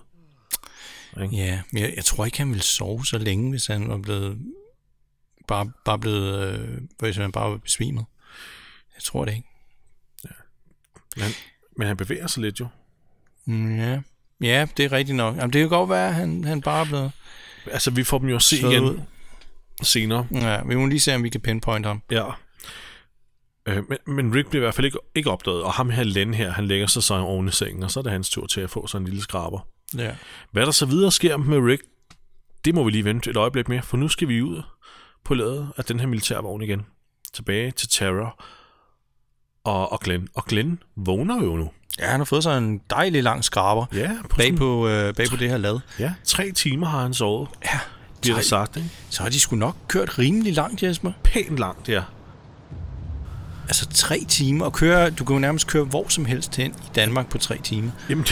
Speaker 2: Ja, men jeg, jeg tror ikke, han ville sove så længe, hvis han var blevet bare, bare blevet, øh, hvis han bare var besvimet? Jeg tror det ikke.
Speaker 1: Men han, men han bevæger sig lidt jo.
Speaker 2: Mm, ja. ja, det er rigtigt nok. Jamen, det kan godt være, at han, han bare er blevet...
Speaker 1: Altså, vi får dem jo at se
Speaker 2: Slået
Speaker 1: igen
Speaker 2: ud.
Speaker 1: senere.
Speaker 2: Ja, vi må lige se, om vi kan pinpoint ham.
Speaker 1: Ja. Øh, men, men Rick bliver i hvert fald ikke, ikke opdaget, og ham her Len her, han lægger sig så oven i sengen, og så er det hans tur til at få sig en lille skraber.
Speaker 2: Ja.
Speaker 1: Hvad der så videre sker med Rick, det må vi lige vente et øjeblik med, for nu skal vi ud på ladet af den her militærvogn igen. Tilbage til Terror og, og Glenn. Og Glenn vågner jo nu.
Speaker 2: ja, han har fået sig en dejlig lang skraber
Speaker 1: Ja, på
Speaker 2: bag
Speaker 1: sådan-
Speaker 2: på, øh, bag på det her lad.
Speaker 1: Ja, tre timer har han sovet,
Speaker 2: Ja,
Speaker 1: bliver der
Speaker 2: tre-
Speaker 1: sagt. Ikke?
Speaker 2: Så har de sgu nok kørt rimelig langt, Jesper.
Speaker 1: Pænt langt, ja.
Speaker 2: Altså tre timer. Og køre, du kan jo nærmest køre hvor som helst hen i Danmark på tre timer.
Speaker 1: Jamen,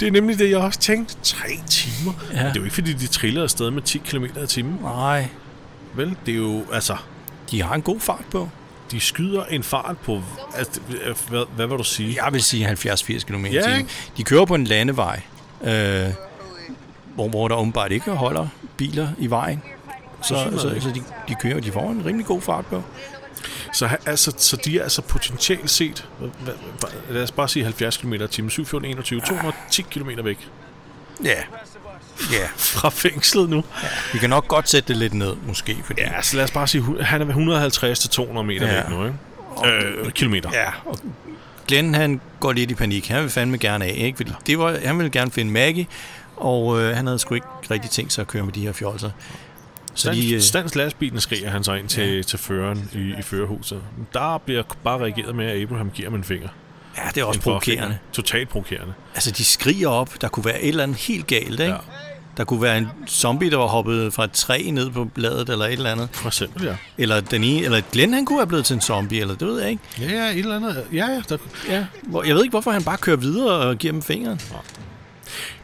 Speaker 1: det er nemlig det, jeg også tænkte. Tre timer? Ja. Det er jo ikke, fordi de triller afsted med 10 km i timen,
Speaker 2: Nej,
Speaker 1: vel? Det er jo, altså,
Speaker 2: de har en god fart på.
Speaker 1: de skyder en fart på, altså, det- hvad, hvad vil du sige?
Speaker 2: Jeg vil sige 70-80 km i
Speaker 1: Ja,
Speaker 2: timen.
Speaker 1: ikke?
Speaker 2: De kører på en landevej, øh, hvor, hvor der åbenbart ikke holder biler i vejen. Så, så, så, de, de kører, de får en rimelig god fart på.
Speaker 1: Så, ha- altså, så de er altså potentielt set, hvad- hvad- lad os bare sige 70 km i timen, 7, 14, 21, 210 km væk
Speaker 2: Ja. Ja.
Speaker 1: fra fængslet nu.
Speaker 2: Vi kan nok godt sætte det lidt ned, måske. Fordi,
Speaker 1: Ja, så lad os bare sige, hu- han er ved 150 til 200 meter
Speaker 2: Ja.
Speaker 1: væk nu, ikke? Øh, kilometer.
Speaker 2: ja. Og Glenn, han går lidt i panik. Han vil fandme gerne af, ikke? Fordi det var, han ville gerne finde Maggie, og øh, han havde sgu ikke rigtig tænkt sig at køre med de her fjolser. Så de, øh,
Speaker 1: Stans, stans lastbilen skriger han så ind til, ja. til føreren i, i førerhuset. Der bliver bare reageret med, at Abraham giver ham en finger.
Speaker 2: ja, det er også
Speaker 1: En forfinger.
Speaker 2: provokerende.
Speaker 1: Totalt provokerende.
Speaker 2: Altså, de skriger op. Der kunne være et eller andet helt galt, ikke?
Speaker 1: Ja.
Speaker 2: Der kunne være en zombie, der var hoppet fra et træ ned på bladet, eller et eller andet.
Speaker 1: For eksempel, ja.
Speaker 2: Eller, den ene, eller Glenn, han kunne være blevet til en zombie, eller det ved jeg ikke.
Speaker 1: Ja, ja, et eller andet. Ja, ja. Der...
Speaker 2: Ja. Hvor, jeg ved ikke, hvorfor han bare kører videre og giver dem fingeren.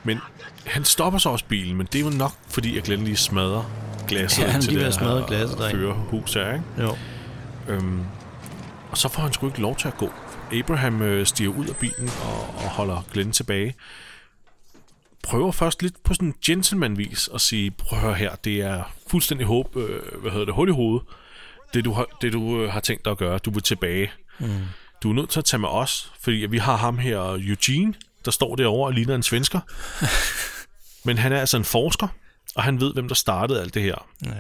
Speaker 1: Men han stopper så også bilen, men det er jo nok, fordi at Glenn lige smadrer glasset
Speaker 2: Ja, han
Speaker 1: ind til
Speaker 2: lige ved
Speaker 1: det
Speaker 2: at smadre glasset derinde.
Speaker 1: førerhus her, ikke?
Speaker 2: Jo.
Speaker 1: Øhm, og så får han sgu ikke lov til at gå. Abraham øh, stiger ud af bilen og, og holder Glenn tilbage. Prøver først lidt på sådan en gentleman-vis at sige, prøv at høre her, det er fuldstændig håb, øh, hvad hedder det, hul i hovedet. Det du, har, det, du øh, har tænkt dig at gøre, du vil tilbage. Mm. Du er nødt til at tage med os, fordi vi har ham her, Eugene, der står derovre og ligner en svensker. Men han er altså en forsker, og han ved, hvem der startede alt det her.
Speaker 2: Ja.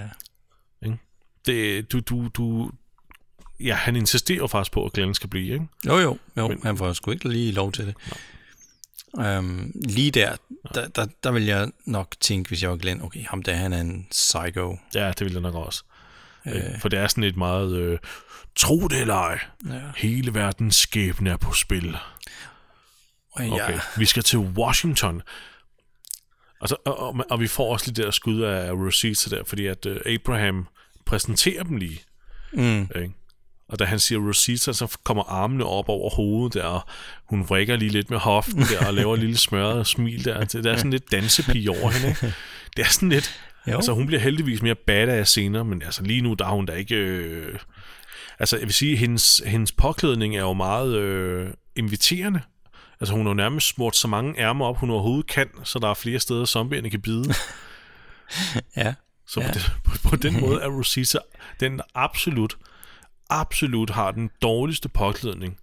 Speaker 1: Det, du, du, du, ja, han insisterer jo faktisk på, at Glenn skal blive, ikke?
Speaker 2: Jo, jo. jo Men, han får sgu ikke lige lov til det. Øhm, lige der, der, der, der vil jeg nok tænke, hvis jeg var Glenn, okay, ham der, han er en psycho.
Speaker 1: Ja, det ville jeg nok også. Øh. For det er sådan et meget, øh, tro det eller ej, ja. hele verdens skæbne er på spil.
Speaker 2: Og jeg,
Speaker 1: Okay, ja. vi skal til Washington. Og, så, og, og, og vi får også lige det der skud af Rosita der, fordi at øh, Abraham præsenterer dem lige. Mm. Ikke? Og da han siger Rosita, så kommer armene op over hovedet der, og hun vrikker lige lidt med hoften der, og laver et lille smørret smil der. Det der er sådan lidt dansepige over hende, ikke? Det er sådan lidt...
Speaker 2: Jo.
Speaker 1: Jo. Altså, hun bliver heldigvis mere badass senere, men altså lige nu, der har hun da ikke... Øh... Altså, jeg vil sige, hendes, hendes påklædning er jo meget øh, inviterende. Altså, hun har jo nærmest smurt så mange ærmer op, hun overhovedet kan, så der er flere steder, zombierne kan bide.
Speaker 2: Ja.
Speaker 1: Så ja. på, den, på, på den måde er Rosita den der absolut, absolut har den dårligste påklædning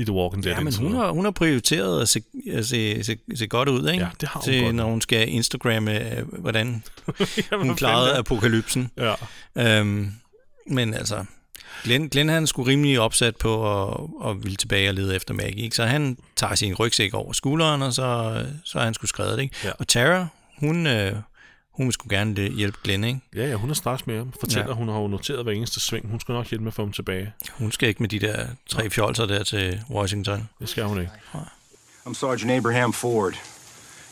Speaker 1: i The Walking Dead.
Speaker 2: Ja, men
Speaker 1: indtil
Speaker 2: hun
Speaker 1: videre.
Speaker 2: har, hun har prioriteret at se, at se, se, se godt ud, ikke?
Speaker 1: Ja, det har hun
Speaker 2: til,
Speaker 1: godt.
Speaker 2: Når hun skal Instagramme, øh, hvordan
Speaker 1: Jamen,
Speaker 2: hun
Speaker 1: hvad
Speaker 2: klarede
Speaker 1: fanden
Speaker 2: apokalypsen.
Speaker 1: er- Ja.
Speaker 2: Øhm, men altså, Glenn, Glenn han skulle rimelig opsat på at, at ville tilbage og lede efter Maggie, ikke? Så han tager sin rygsæk over skulderen, og så, så er han skulle skrevet, ikke?
Speaker 1: Ja.
Speaker 2: Og Tara, hun, øh, hun vil sgu gerne øh, hjælpe Glenn, ikke?
Speaker 1: Ja, ja, hun har straks med ham. Fortæller,
Speaker 2: Ja.
Speaker 1: ja. hun har jo noteret hver eneste sving. Hun skal nok hjælpe med at få ham tilbage.
Speaker 2: Hun skal ikke med de der tre fjolser der til Washington.
Speaker 1: Det skal hun ikke.
Speaker 4: I'm Sergeant Abraham Ford,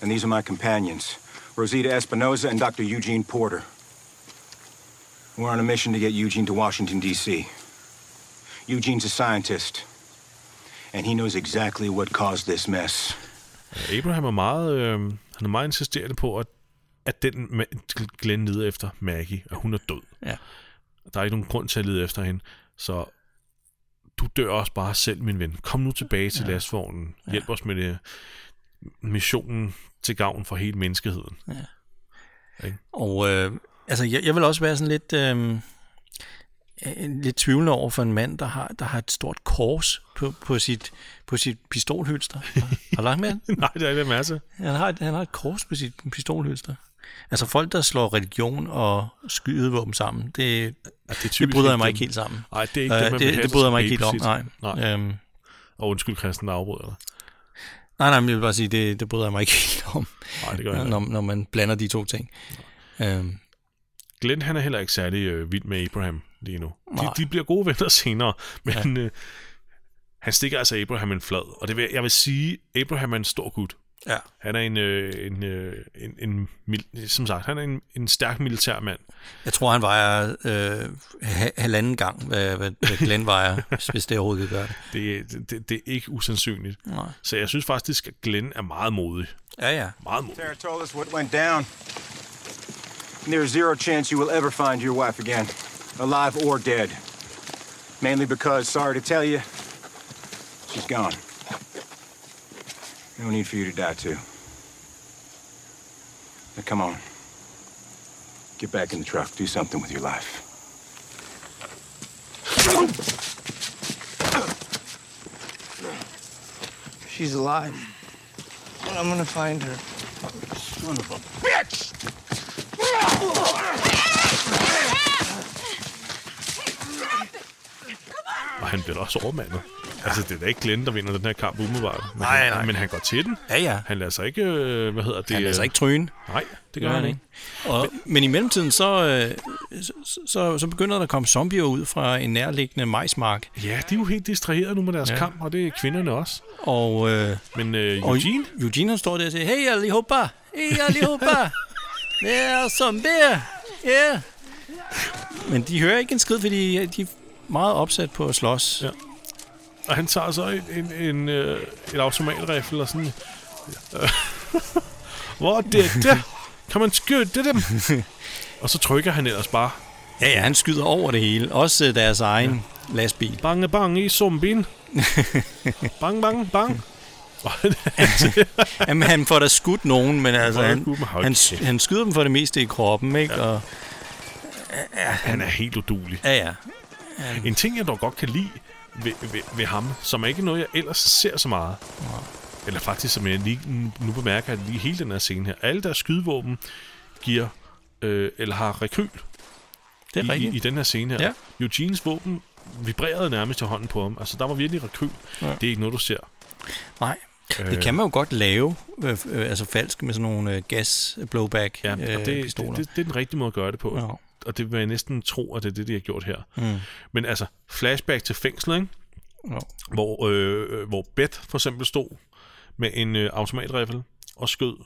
Speaker 4: and these are my companions Rosita Espinosa and Dr. Eugene Porter. We're on a mission to get Eugene to Washington, D.C. Eugene's a scientist, and he knows exactly what caused this mess.
Speaker 1: Abraham er meget, øh, han er meget insisterende på, at, at den ma- Glenn leder efter Maggie, at hun er død.
Speaker 2: Ja.
Speaker 1: Der er ikke nogen grund til at lede efter hende, så du dør også bare selv, min ven. Kom nu tilbage til ja. lastvognen. Hjælp ja. os med øh, det. missionen til gavn for hele menneskeheden.
Speaker 2: Og øh, Altså, jeg, jeg vil også være sådan lidt, øh, lidt tvivlende over for en mand, der har, der har et stort kors på, på, sit, på sit pistolhylster. Har du lagt med det?
Speaker 1: Nej, det er ikke en masse.
Speaker 2: Han har, et, han har et kors på sit pistolhylster. Altså folk, der slår religion og skydevåben sammen, det,
Speaker 1: Ja, det, er
Speaker 2: det
Speaker 1: typisk
Speaker 2: bryder jeg mig
Speaker 1: dem.
Speaker 2: ikke helt sammen.
Speaker 1: Nej, det er ikke det, man
Speaker 2: Øh,
Speaker 1: vil
Speaker 2: det,
Speaker 1: have
Speaker 2: det bryder jeg
Speaker 1: som
Speaker 2: mig ikke helt om,
Speaker 1: babysit.
Speaker 2: nej.
Speaker 1: Nej.
Speaker 2: Øhm,
Speaker 1: Og undskyld, Christian, der afbryder dig.
Speaker 2: nej, nej, men jeg vil bare sige, det, det bryder jeg mig ikke helt om,
Speaker 1: Nej, det gør jeg
Speaker 2: når,
Speaker 1: ikke.
Speaker 2: når man blander de to ting. Øhm,
Speaker 1: Glenn, han er heller ikke særlig øh, vild med Abraham lige nu. De,
Speaker 2: Nej.
Speaker 1: de bliver gode venner senere, men øh, han stikker altså Abraham en flad. Og det vil, jeg vil sige, Abraham er en stor gut.
Speaker 2: ja.
Speaker 1: Han er en, øh, en, øh, en, en, mil- som sagt, han er en, en stærk militær mand.
Speaker 2: Jeg tror, han vejer øh, ha- halvanden gang, hvad, hvad, hvad Glenn vejer, hvis det overhovedet kan gøre det.
Speaker 1: Det, det- det, det er ikke usandsynligt.
Speaker 2: Nej.
Speaker 1: Så jeg synes faktisk, at Glenn er meget modig.
Speaker 2: Ja, ja.
Speaker 1: Meget modig.
Speaker 4: Tara told us what went down. And there is zero chance you will ever find your wife again, alive or dead. Mainly because, sorry to tell you, she's gone. No need for you to die, too. Now, come on. Get back in the truck. Do something with your life.
Speaker 9: She's alive. I'm gonna find her.
Speaker 1: Og han bliver da også overmandet. Altså, det er da ikke Glenn, der vinder den her kamp umiddelbart. Men
Speaker 2: Nej,
Speaker 1: han,
Speaker 2: nej.
Speaker 1: Men han går til den.
Speaker 2: Ja, ja.
Speaker 1: Han lader sig ikke, øh, hvad hedder det?
Speaker 2: Han er altså
Speaker 1: øh,
Speaker 2: ikke tryne.
Speaker 1: Nej, det gør han ikke.
Speaker 2: Og, men i mellemtiden, så, øh, så, så, så begynder der at komme zombier ud fra en nærliggende majsmark.
Speaker 1: Ja, de er jo helt distraheret nu med deres ja. kamp, og det er kvinderne også.
Speaker 2: Og, øh,
Speaker 1: Men øh,
Speaker 2: og
Speaker 1: Eugene,
Speaker 2: Eugene han står der og siger, Hey allihopa! Hey allihopa! Det er zombier! Ja! Yeah. Men de hører ikke en skid, fordi de er meget opsat på at slås.
Speaker 1: Ja. og han tager så en, en, en, øh, et automatrifle og sådan... øh, Hvor er det der? Kan man skyde dem? og så trykker han ellers bare.
Speaker 2: Ja, ja, han skyder over det hele. Også øh, deres egen ja. lastbil.
Speaker 1: Bange, bange i zombien. Bang, bang, bang. Og
Speaker 2: Jamen, han får da skudt nogen, men altså,
Speaker 1: Hold
Speaker 2: han,
Speaker 1: nu, hold
Speaker 2: han,
Speaker 1: kæft.
Speaker 2: han skyder dem for det meste i kroppen, ikke? Ja. Og,
Speaker 1: han er helt udulig.
Speaker 2: ja, ja.
Speaker 1: En ting, jeg dog godt kan lide ved, ved, ved ham, som er ikke noget, jeg ellers ser så meget. Eller faktisk, som jeg lige nu bemærker, at lige hele den her scene her, alle deres skydevåben giver, øh, eller har rekyl
Speaker 2: Det er
Speaker 1: i,
Speaker 2: rigtigt.
Speaker 1: i, i den her scene her.
Speaker 2: Ja.
Speaker 1: Eugenes våben vibrerede nærmest til hånden på ham. Altså, der var virkelig rekyl. Ja. Det er ikke noget, du ser.
Speaker 2: Nej.
Speaker 1: Øh.
Speaker 2: Det kan man jo godt lave, øh, f- øh, altså falsk med sådan nogle øh, gas-blowback-pistoler.
Speaker 1: Ja, og
Speaker 2: Øh,
Speaker 1: det, det,
Speaker 2: pistoler.
Speaker 1: det, det er den rigtige måde at gøre det på.
Speaker 2: Ja.
Speaker 1: Og det vil jeg næsten tro, at det er det, de har gjort her. Mm. Men altså, flashback til fængslet, ikke?
Speaker 2: Ja.
Speaker 1: hvor, øh, hvor Beth for eksempel stod med en øh, automatrifle og skød,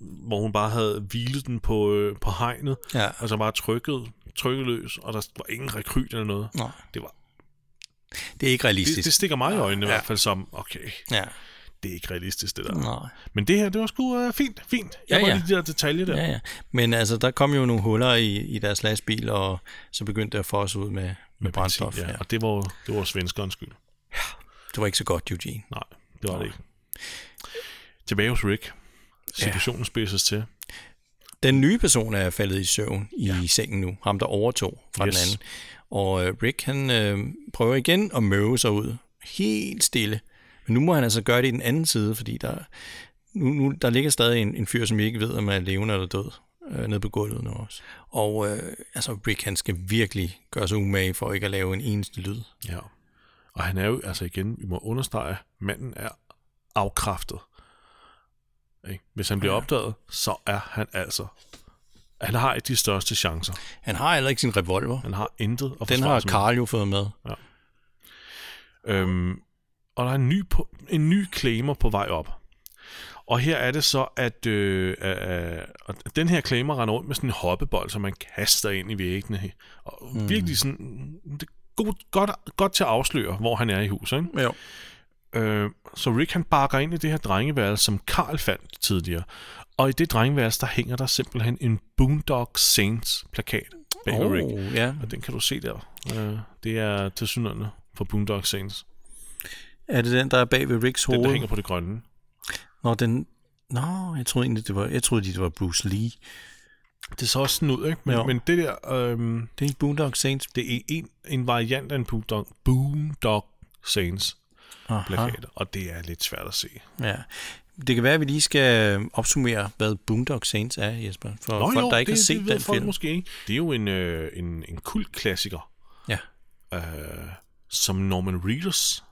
Speaker 1: hvor hun bare havde hvilet den på, øh, på hegnet,
Speaker 2: Ja.
Speaker 1: og så bare trykket, trykket løs, og der var ingen rekryt eller noget.
Speaker 2: Nej.
Speaker 1: Det, var,
Speaker 2: det er ikke
Speaker 1: det,
Speaker 2: realistisk.
Speaker 1: det
Speaker 2: Det,
Speaker 1: stikker mig i øjnene ja. i
Speaker 2: Ja.
Speaker 1: hvert fald som, okay,
Speaker 2: det, ja.
Speaker 1: det er ikke realistisk det der.
Speaker 2: Nej.
Speaker 1: Men det her, det var sgu øh, fint, fint. Jeg
Speaker 2: Ja,
Speaker 1: ja, ja.
Speaker 2: ja.
Speaker 1: lige de der detaljer der.
Speaker 2: Ja, ja. Men altså, der kom jo nogle huller i, i deres lastbil, og så begyndte det at fosse ud med, med,
Speaker 1: Benzin,
Speaker 2: med brændstof.
Speaker 1: ja. Og det var, det var svenskernes skyld.
Speaker 2: Det var ikke så godt, Eugene.
Speaker 1: Nej, det var det ikke. Tilbage hos Rick. Situationen ja. spidses til.
Speaker 2: Den nye person er faldet i søvn i ja. sengen nu. Ham, der overtog fra yes.
Speaker 1: Yes.
Speaker 2: den anden. Og øh, Rick, han øh, prøver igen at møve sig ud. Helt stille. Men nu må han altså gøre det i den anden side, fordi der, nu, nu, der ligger stadig en, en fyr, som I ikke ved, om er levende eller død, øh, nede på gulvet nu også. Og øh, altså, Rick, han skal virkelig gøre sig umage for ikke at lave en eneste lyd.
Speaker 1: Ja. Og han er jo, altså igen, vi må understrege, manden er afkræftet. Ikke? Hvis han bliver ja. opdaget, så er han altså... Han har ikke de største chancer.
Speaker 2: Han har heller ikke sin revolver.
Speaker 1: Han har intet at
Speaker 2: Den
Speaker 1: forsvare
Speaker 2: har
Speaker 1: sig med.
Speaker 2: Carl jo fået med.
Speaker 1: Øhm, og der er en ny, på, en ny claimer på vej op. Og her er det så, at øh, øh, øh, og den her claimer render rundt med sådan en hoppebold, som man kaster ind i væggene. Og mm. virkelig sådan, det er godt, godt, godt til at afsløre, hvor han er i huset. Ikke?
Speaker 2: Jo.
Speaker 1: Øh, så Rick han bakker ind i det her drengeværelse, som Karl fandt tidligere. Og i det drengeværelse, der hænger der simpelthen en Boondock Saints plakat bag oh. Rick.
Speaker 2: Oh, ja.
Speaker 1: Og den kan du se der. Øh, det er tilsyneladende for Boondock Saints.
Speaker 2: Er det den, der er bag ved Ricks
Speaker 1: Den,
Speaker 2: hoved?
Speaker 1: der hænger på det grønne.
Speaker 2: Nå, den... Nå, jeg troede egentlig, det var... Jeg troede, det var Bruce Lee.
Speaker 1: Det så også sådan ud, ikke? Men,
Speaker 2: Jo.
Speaker 1: men det der, øhm,
Speaker 2: Det er en Boondock Saints.
Speaker 1: det er en, en variant af en Boondock, Boondock Saints plakat, og det er lidt svært at se.
Speaker 2: Ja. Det kan være, at vi lige skal opsummere, hvad Boondock Saints er, Jesper. For Nå, folk, der ikke
Speaker 1: det,
Speaker 2: har set
Speaker 1: det ved
Speaker 2: den
Speaker 1: folk
Speaker 2: film.
Speaker 1: måske ikke. Det er jo en, øh, en, en kultklassiker,
Speaker 2: Ja.
Speaker 1: øh, som Norman Reedus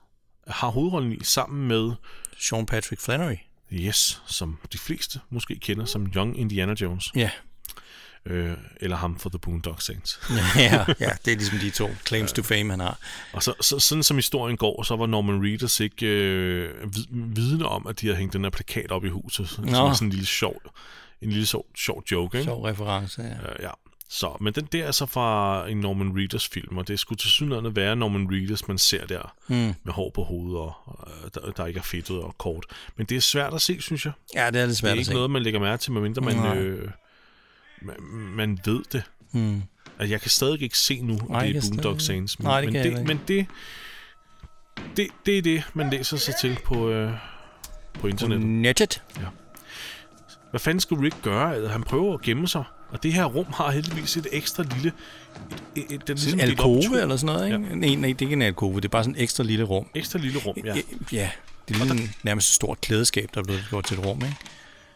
Speaker 1: har hovedrollen i sammen med,
Speaker 2: Sean Patrick Flannery.
Speaker 1: yes, som de fleste måske kender som Young Indiana Jones,
Speaker 2: Ja.
Speaker 1: øh, eller ham for The Boondock Saints.
Speaker 2: ja, ja, det er ligesom de to claims to fame, han har.
Speaker 1: Og så, så, sådan som historien går, så var Norman Reedus ikke øh, vid- vidende om, at de havde hængt den her plakat op i huset. Som
Speaker 2: Nå.
Speaker 1: sådan en lille sjov, en lille sjov, sjov joke, ikke?
Speaker 2: Sjov reference, ja.
Speaker 1: Øh, ja. Så, men den der er så fra en Norman Reedus film, og det skulle til synligheden være Norman Reedus, man ser der mm.
Speaker 2: Hmm.
Speaker 1: med hår på hovedet, og, øh, der, der ikke er fedtet og kort. Men det er svært at se, synes jeg.
Speaker 2: Ja, det er lidt
Speaker 1: Det
Speaker 2: svært
Speaker 1: er
Speaker 2: at
Speaker 1: ikke
Speaker 2: se.
Speaker 1: noget, man lægger mærke til, medmindre man,
Speaker 2: Nej.
Speaker 1: øh, man, man ved det. Mm. Altså, jeg kan stadig ikke se nu, at
Speaker 2: Hmm. Nej,
Speaker 1: det
Speaker 2: jeg
Speaker 1: er
Speaker 2: kan
Speaker 1: Boondock
Speaker 2: stadig-
Speaker 1: Saints. Men,
Speaker 2: Nej, det
Speaker 1: men,
Speaker 2: kan jeg
Speaker 1: det,
Speaker 2: heller
Speaker 1: men det, det, det er det, man læser sig til på, øh, på internettet.
Speaker 2: Nettet.
Speaker 1: Hvad fanden skulle Rick gøre? Altså, Han prøver at gemme sig. Og det her rum har heldigvis et ekstra lille... Et, et, et, den er
Speaker 2: Sådan
Speaker 1: ligesom
Speaker 2: en
Speaker 1: delt op i to
Speaker 2: alkove eller sådan noget, ikke? Ja. Nej, nej, det er ikke en alkove. Det er bare sådan en ekstra lille rum.
Speaker 1: Ekstra lille rum, ja.
Speaker 2: Ja, ja det er ligesom nærmest et stort klædeskab, der er blevet gjort til et rum, ikke?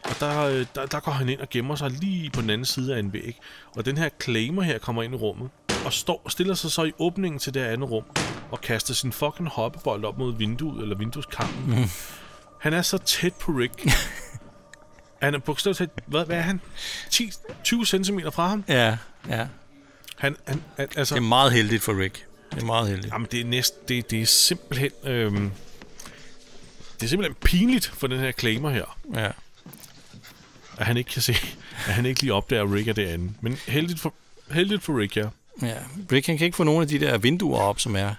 Speaker 1: Og der, øh, der, der går han ind og gemmer sig lige på den anden side af en væg. Og den her claimer her kommer ind i rummet. Og står, stiller sig så i åbningen til det her andet rum. Og kaster sin fucking hoppebold op mod vinduet, eller vindueskampen. Mm. Han er så tæt på Rick. han er bogstaveligt talt... Hvad, hvad er han? 10, 20 cm fra ham?
Speaker 2: Ja, ja.
Speaker 1: Han, han, han altså,
Speaker 2: Det er meget heldigt for Rick. Det er meget heldigt.
Speaker 1: Jamen, det er, næsten, det, det er simpelthen... Øhm, det er simpelthen pinligt for den her claimer her,
Speaker 2: Ja.
Speaker 1: at han ikke kan se, at han ikke lige opdager, at Rick er derinde. Men heldigt for, heldigt for Rick, ja.
Speaker 2: ja. Rick, han kan ikke få nogen af de der vinduer op, som er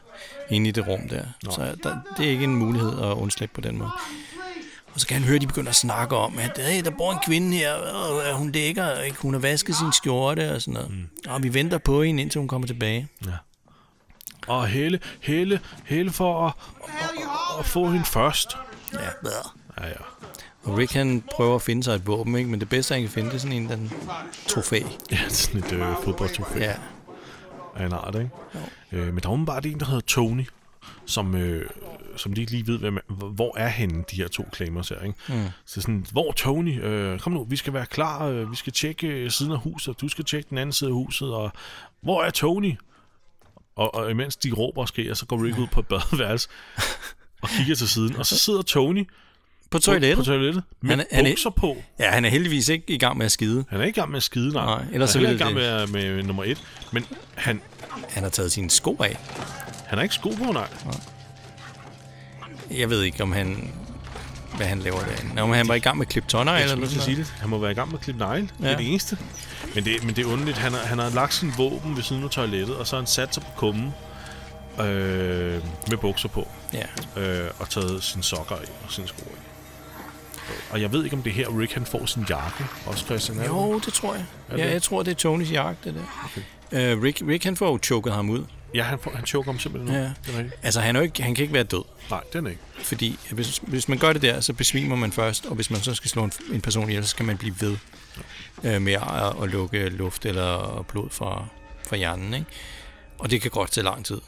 Speaker 2: inde i det rum der. Så der, det er ikke en mulighed at undslippe på den måde. Og så kan han høre, at de begynder at snakke om, at hey, der bor en kvinde her, og hun dækker, ikke? hun har vasket sin skjorte og sådan noget. Mm. Og vi venter på hende, indtil hun kommer tilbage.
Speaker 1: Og Helle, Helle, Helle for at, at, at få hende først.
Speaker 2: Ja,
Speaker 1: Ja, ja.
Speaker 2: Og Rick han prøver at finde sig et våben, ikke? men det bedste han kan finde, det er sådan en den trofæ.
Speaker 1: Ja, sådan et øh, fodboldtrofæ
Speaker 2: Ja.
Speaker 1: af en art, ikke? Øh, men der er åbenbart en, der hedder Tony, som, øh, som de ikke lige ved, hvem, er- hvor er henne, de her to claimers her, ikke? Mm. Så sådan, hvor er Tony? Øh, kom nu, vi skal være klar, øh, vi skal tjekke øh, siden af huset, og du skal tjekke den anden side af huset, og hvor er Tony? Og, og imens de råber og skriger, så går Rick ud på et badeværelse og kigger til siden, og så sidder Tony
Speaker 2: På
Speaker 1: på
Speaker 2: toilettet.
Speaker 1: toilettet med han
Speaker 2: Han er-
Speaker 1: er,
Speaker 2: han er-
Speaker 1: bukser på.
Speaker 2: Ja, han er heldigvis ikke i gang med at skide.
Speaker 1: Han er ikke i gang med at skide, nej.
Speaker 2: Nej, ellers
Speaker 1: han er
Speaker 2: så
Speaker 1: heller
Speaker 2: ville
Speaker 1: ikke i gang med, med, med nummer et, men han,
Speaker 2: Han har taget sine sko af.
Speaker 1: han har ikke sko på, nej.
Speaker 2: Jeg ved ikke, om han... Hvad han laver derinde. Nå, men han var i gang med at klippe tånder,
Speaker 1: Jeg
Speaker 2: eller
Speaker 1: skulle
Speaker 2: noget
Speaker 1: lige
Speaker 2: sådan
Speaker 1: sige
Speaker 2: noget.
Speaker 1: det. Han må være i gang med at klippe negle. Ja. Det
Speaker 2: Ja.
Speaker 1: er det eneste. Men det, men det er underligt. Han har, han har lagt sin våben ved siden af toilettet, og så har han sat sig på kummen øh, med bukser på,
Speaker 2: Ja.
Speaker 1: øh, og taget sine sokker af og sine sko af. Og jeg ved ikke, om det er her, Rick han får sin jakke, også Christian. er det?
Speaker 2: Jo, det tror jeg.
Speaker 1: det?
Speaker 2: Ja, jeg tror, det er Tonys jagt, det der. Øh, Rick, Rick, han får jo choket ham ud.
Speaker 1: Ja, han, får, han choker ham simpelthen.
Speaker 2: Ja.
Speaker 1: Ja. Det er rigtigt.
Speaker 2: Altså, han, er jo ikke, han kan ikke være død.
Speaker 1: Nej, den er ikke.
Speaker 2: Fordi hvis, hvis man gør det der, så besvimer man først, og hvis man så skal slå en, en person ihjel, så skal man blive ved øh, med at, at lukke luft eller blod fra, fra hjernen. Ikke? Og det kan godt tage lang tid.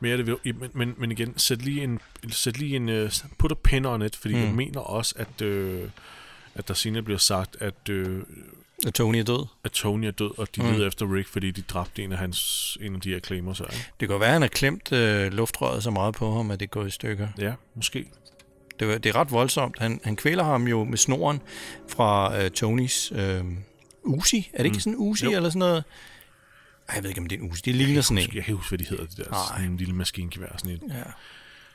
Speaker 1: Men, ja, det vil, men, men, men igen, sæt lige en, sæt lige en uh, put a pin on it, fordi mm. jeg mener også, at, øh, at der senere bliver sagt, at øh,
Speaker 2: Og Tony er død.
Speaker 1: at Tony er død, og de mm. leder efter Rick, fordi de dræbte en af, hans, en af de her claimer. Så, ikke?
Speaker 2: Det kan jo være, at han har klemt øh, luftrøret så meget på ham, at det går i stykker.
Speaker 1: Ja, måske.
Speaker 2: Det, var- det er ret voldsomt. Han, han kvæler ham jo med snoren fra øh, Tonys øh, Uzi. Er det ikke sådan en Uzi
Speaker 1: Jo.
Speaker 2: eller sådan noget? Ej, jeg ved ikke, om det er en Uzi. Det ligner sådan
Speaker 1: Måske.
Speaker 2: en.
Speaker 1: Jeg kan ikke huske, hvad de hedder, de der.
Speaker 2: Nej.
Speaker 1: Sådan en lille maskingevær, sådan en,
Speaker 2: Ja.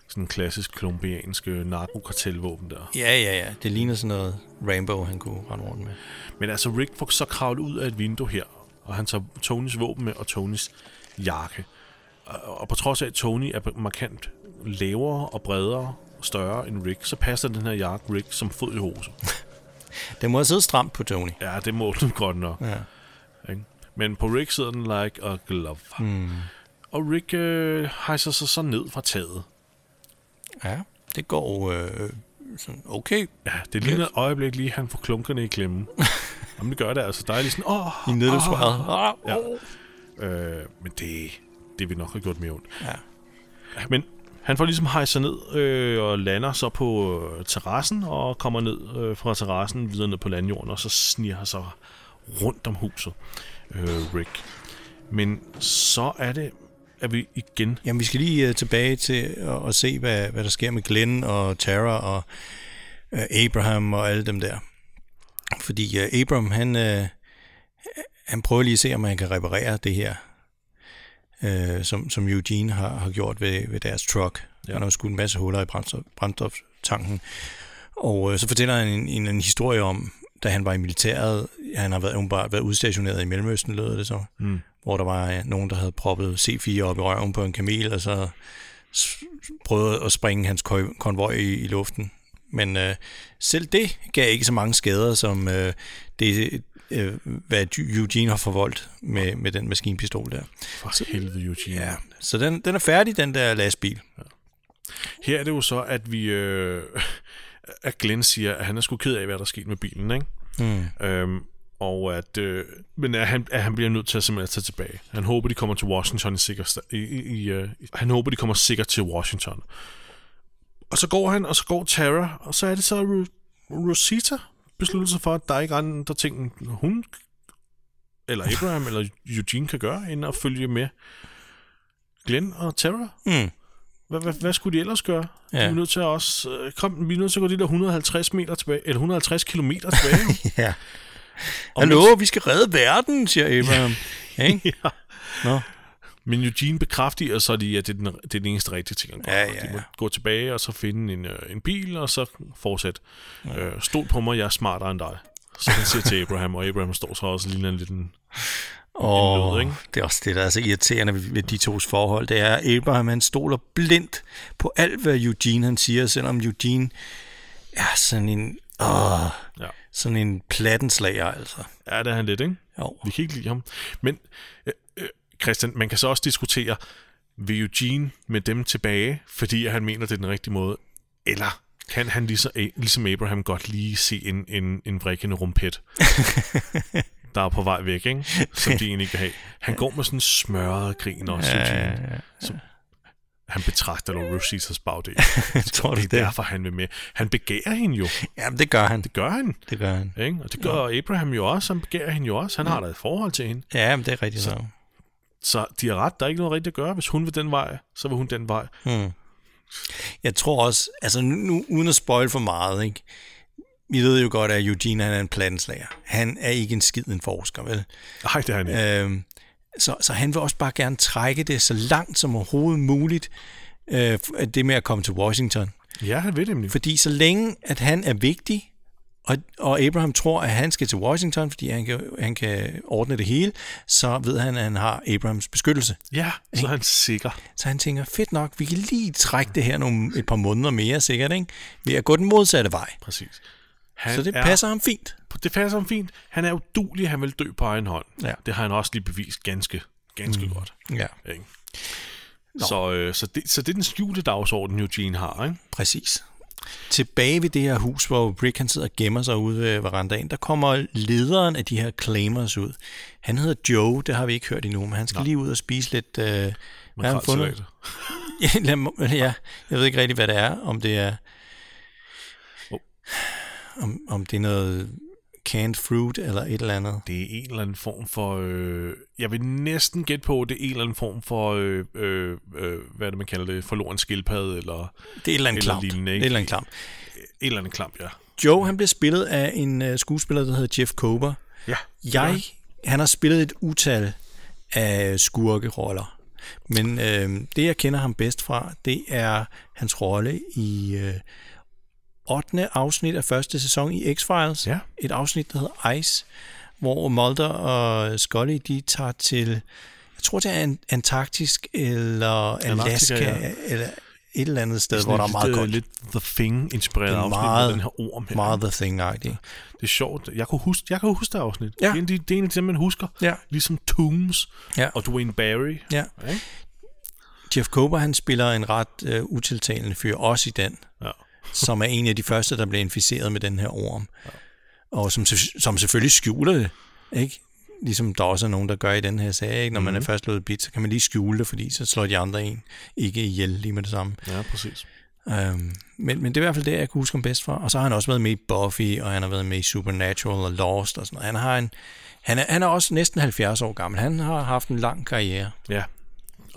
Speaker 1: sådan en klassisk kolumbiansk øh, narkokartelvåben der.
Speaker 2: ja, ja, ja. Det ligner sådan noget Rainbow, han kunne rende rundt med.
Speaker 1: Men altså, Rick får så kravlet ud af et vindue her, og han tager Tonys våben med og Tonys jakke. Og, og på trods af, at Tony er markant lavere og bredere og større end Rick, så passer den her jakke Rick som fod i hose.
Speaker 2: Den må have siddet stramt på Tony.
Speaker 1: Ja, det må den godt nok.
Speaker 2: Ja.
Speaker 1: Ikke? Men på Rick sidder den like a glove. Mm. Og Rick øh, hejser sig så ned fra taget.
Speaker 2: Ja, det går øh, sådan okay.
Speaker 1: Ja, det ligner et øjeblik lige, han får klunkerne i klemmen. Jamen, det gør det altså. Der er lige sådan, åh,
Speaker 2: I nedløbsvaret. Ah,
Speaker 1: Ja.
Speaker 2: oh.
Speaker 1: Øh, men det, det vil nok have gjort mere ondt.
Speaker 2: Ja.
Speaker 1: Men han får ligesom hejset ned øh, og lander så på øh, terrassen og kommer ned øh, fra terrassen videre ned på landjorden, og så sniger han sig rundt om huset, øh, Rick. Men så er det, at vi igen...
Speaker 2: Jamen, vi skal lige uh, tilbage til at, at se, hvad, hvad der sker med Glenn og Tara og uh, Abraham og alle dem der. Fordi uh, Abraham, han, uh, han prøver lige at se, om han kan reparere det her, uh, som, som Eugene har, har gjort ved, ved deres truck. Ja. Han har jo skudt en masse huller i brændstof- brændstoftanken. Og øh, så fortæller han en, en, en historie om, da han var i militæret, han har været, åbenbart været udstationeret i Mellemøsten, lød det så, mm. hvor der var øh, nogen, der havde proppet C4 op i røven på en kamel, og så s- prøvede at springe hans kon- konvoj i, i luften. Men øh, selv det gav ikke så mange skader, som øh, det, øh, hvad Eugene har forvoldt med, med den maskinpistol der.
Speaker 1: For helvede, Eugene.
Speaker 2: Ja, så den, den er færdig, den der lastbil.
Speaker 1: Her er det jo så, at vi... Øh, at Glenn siger, at han er sgu ked af, hvad der er sket med bilen, ikke? Mm. Øhm, og at, øh, men at han, at han bliver nødt til at simpelthen at tage tilbage. Han håber, de kommer til Washington i sikker sta- i, i, i, øh, Han håber, de kommer sikkert til Washington. Og så går han, og så går Tara, og så er det så Ru- Rosita beslutter sig for, at der er ikke andre ting, hun eller Abraham eller Eugene kan gøre, end at følge med Glenn og Tara.
Speaker 2: Mm.
Speaker 1: Hvad, hvad, hvad skulle de ellers gøre?
Speaker 2: Ja.
Speaker 1: Ja. Vi er nødt til at også... øh, Kom, vi er nødt til at gå de der 150 meter tilbage, eller 150 kilometer tilbage.
Speaker 2: Ja. Hallo, vi skal redde verden, siger Abraham. Ja. Ikke?
Speaker 1: ja.
Speaker 2: Nå.
Speaker 1: Men Eugene bekræfter så de, at det er den, det er den eneste rigtige ting at gøre.
Speaker 2: Ja, ja,
Speaker 1: De må
Speaker 2: ja.
Speaker 1: gå tilbage og så finde en, øh, en bil, og så fortsætte. Ja. Øh, stol på mig, jeg er smartere end dig. Så han siger til Abraham, og Abraham står så også og ligner en liten...
Speaker 2: Og
Speaker 1: lød, ikke?
Speaker 2: det er også det, der er så irriterende ved, ved de tos forhold. Det er, at Abraham han stoler blindt på alt, hvad Eugene han siger, selvom Eugene er sådan en, åh,
Speaker 1: Ja,
Speaker 2: sådan en plattenslager, altså.
Speaker 1: ja det er han lidt, ikke?
Speaker 2: Jo.
Speaker 1: Vi kan ikke lide ham. Men øh, øh, Christian, man kan så også diskutere, vil Eugene med dem tilbage, fordi han mener, det er den rigtige måde, eller kan han ligesom, ligesom Abraham godt lige se en, en, en vrikkende rumpet, der er på vej væk, ikke? som de egentlig kan have. Han går med sådan en smørret grin også, Eugene. Så han betragter Rositas bagdel.
Speaker 2: Tror du
Speaker 1: Det er
Speaker 2: det?
Speaker 1: derfor, han vil med. Han begærer hende jo.
Speaker 2: Jamen, det gør han.
Speaker 1: Det gør han.
Speaker 2: Det gør han.
Speaker 1: Ikke? Og det gør Abraham jo også. Han begærer hende jo også. Han har da et forhold til hende.
Speaker 2: Ja, men det er rigtigt så.
Speaker 1: Så de har ret, der er ikke noget rigtigt at gøre. Hvis hun vil den vej, så vil hun den vej.
Speaker 2: Jeg tror også, altså nu, nu uden at spoil for meget, ikke? Vi ved jo godt, at Eugene han er en plattenslager. Han er ikke en skid en forsker, vel?
Speaker 1: Nej, det er han ikke.
Speaker 2: Øhm, så, så han vil også bare gerne trække det så langt som overhovedet muligt, øh, f- at det med at komme til Washington.
Speaker 1: Ja, han vil det nemlig.
Speaker 2: Fordi så længe, at han er vigtig, og, og Abraham tror, at han skal til Washington, fordi han kan, han kan ordne det hele, så ved han, at han har Abrahams beskyttelse.
Speaker 1: Ja, så er han sikker.
Speaker 2: Så han tænker, fedt nok, vi kan lige trække det her nogle, et par måneder mere sikkert, ikke? ved at gå den modsatte vej.
Speaker 1: Præcis. Han
Speaker 2: Så det
Speaker 1: er-
Speaker 2: passer ham fint.
Speaker 1: Det passer ham fint. Han er udulig, han vil dø på egen hånd.
Speaker 2: Ja.
Speaker 1: Det har han også lige bevist ganske, ganske mm. godt.
Speaker 2: Ja,
Speaker 1: Ikke? Så, øh, så, det, så det er den skjulte dagsorden, Eugene har. Ikke?
Speaker 2: præcis. Tilbage ved det her hus, hvor Brick han sidder og gemmer sig ude ved verandaen, der kommer lederen af de her claimers ud. Han hedder Joe, det har vi ikke hørt endnu, men han skal lige ud og spise lidt... Øh, hvad har han fundet?
Speaker 1: Makrelsalat.
Speaker 2: Ja, lad mig- ja, jeg ved ikke rigtig, hvad det er. Om det er...
Speaker 1: Oh.
Speaker 2: Om, om det er noget canned fruit eller et eller andet.
Speaker 1: Det er en eller anden form for... Øh, jeg vil næsten gætte på, at det er en eller anden form for... Øh, øh, øh, hvad er det, man kalder det? Forloren skildpadde, eller
Speaker 2: Det er et eller andet
Speaker 1: Eller
Speaker 2: klamt.
Speaker 1: lignende,
Speaker 2: Det er
Speaker 1: ikke?
Speaker 2: et eller andet klamt.
Speaker 1: en eller anden klamp, ja.
Speaker 2: Joe, han bliver spillet af en øh, skuespiller, der hedder Jeff Kober.
Speaker 1: Ja.
Speaker 2: Jeg, han har spillet et utal af skurkeroller. Men øh, det, jeg kender ham bedst fra, det er hans rolle i øh, 8. afsnit af første sæson i X-Files.
Speaker 1: Ja.
Speaker 2: Et afsnit, der hedder Ice, hvor Mulder og Scully, de tager til, jeg tror, det er An- Antarktisk eller Alaska,
Speaker 1: Antarktika, ja.
Speaker 2: eller et eller andet sted,
Speaker 1: Sådan
Speaker 2: hvor der er
Speaker 1: lidt,
Speaker 2: meget
Speaker 1: øh,
Speaker 2: koldt.
Speaker 1: Lidt The Thing-inspireret
Speaker 2: Den
Speaker 1: afsnit meget,
Speaker 2: meget-
Speaker 1: med den her orm her.
Speaker 2: Meget The Thing-agtigt.
Speaker 1: Det er sjovt. Jeg kan huske, jeg kan huske det afsnit.
Speaker 2: Ja.
Speaker 1: Det, er en, af de- det er en af dem, man husker.
Speaker 2: Ja.
Speaker 1: Ligesom Tombs
Speaker 2: Ja.
Speaker 1: og Dwayne Barry.
Speaker 2: Ja.
Speaker 1: Ikke?
Speaker 2: Jeff Kober, han spiller en ret øh, utiltalende fyr, også i den,
Speaker 1: Ja.
Speaker 2: som er en af de første, der blev inficeret med den her orm. Ja. og som, selvfø- som selvfølgelig skjuler det, ikke? Ligesom der også er nogen, der gør i den her sag, ikke? Når man er først slået bit, så kan man lige skjule det, fordi så slår de andre en ikke ihjel lige med det samme.
Speaker 1: Ja, præcis.
Speaker 2: Øhm, men, men det er i hvert fald det, jeg kan huske ham bedst fra. Og så har han også været med i Buffy, og han har været med i Supernatural og Lost og sådan noget. Han, har en, han, er, han er også næsten 70 år gammel. Han har haft en lang karriere.
Speaker 1: Ja.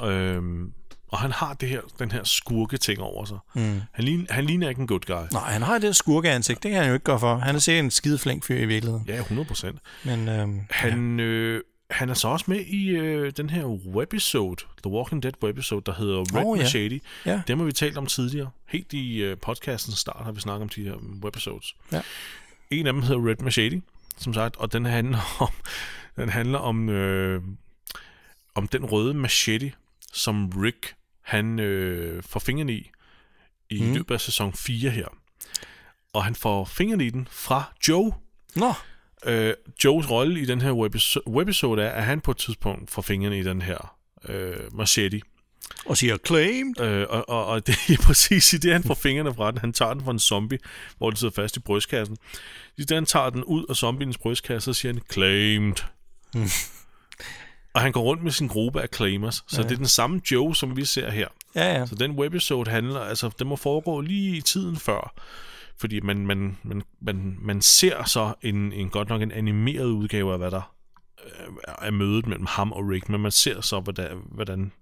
Speaker 1: Øhm, og han har det her, den her skurke ting over sig. Mm. Han, ligner, han ligner ikke en good guy.
Speaker 2: Nej, han har det der skurkeansigt. Det kan han jo ikke gøre for. Han er sikkert en skideflink fyr i virkeligheden.
Speaker 1: Ja, 100%.
Speaker 2: Men øhm,
Speaker 1: Han, øh, han er så også med i øh, den her webisode, The Walking Dead webisode, der hedder Red
Speaker 2: Åh,
Speaker 1: oh,
Speaker 2: ja.
Speaker 1: Machete.
Speaker 2: Ja.
Speaker 1: Dem har vi talt om tidligere. Helt i øh, podcastens start har vi snakket om de her mm, webisodes.
Speaker 2: Ja.
Speaker 1: En af dem hedder Red Machete, som sagt, og den handler om, den handler om, øh, om den røde machete, som Rick han øh, får fingrene i i mm. løbet af sæson 4 her. Og han får fingrene i den fra Joe,
Speaker 2: Nå,
Speaker 1: Øh, Joes rolle i den her webis- webisode er, at han på et tidspunkt får fingrene i den her øh, machete.
Speaker 2: og siger claim.
Speaker 1: Øh, og, og, og det er præcis i det, han får fingrene fra den. Han tager den fra en zombie, hvor den sidder fast i brystkassen. I det, han tager den ud af zombiens brystkasse, så siger han, claimed.
Speaker 2: Mm.
Speaker 1: og han går rundt med sin gruppe af claimers. Så ja. det er den samme Joe, som vi ser her.
Speaker 2: Ja, ja.
Speaker 1: Så den webisode handler, altså den må foregå lige i tiden før, fordi man, man, man, man, man ser så en, en godt nok en animeret udgave af, hvad der øh, er mødet mellem ham og Rick, men man ser så, hvordan, hvordan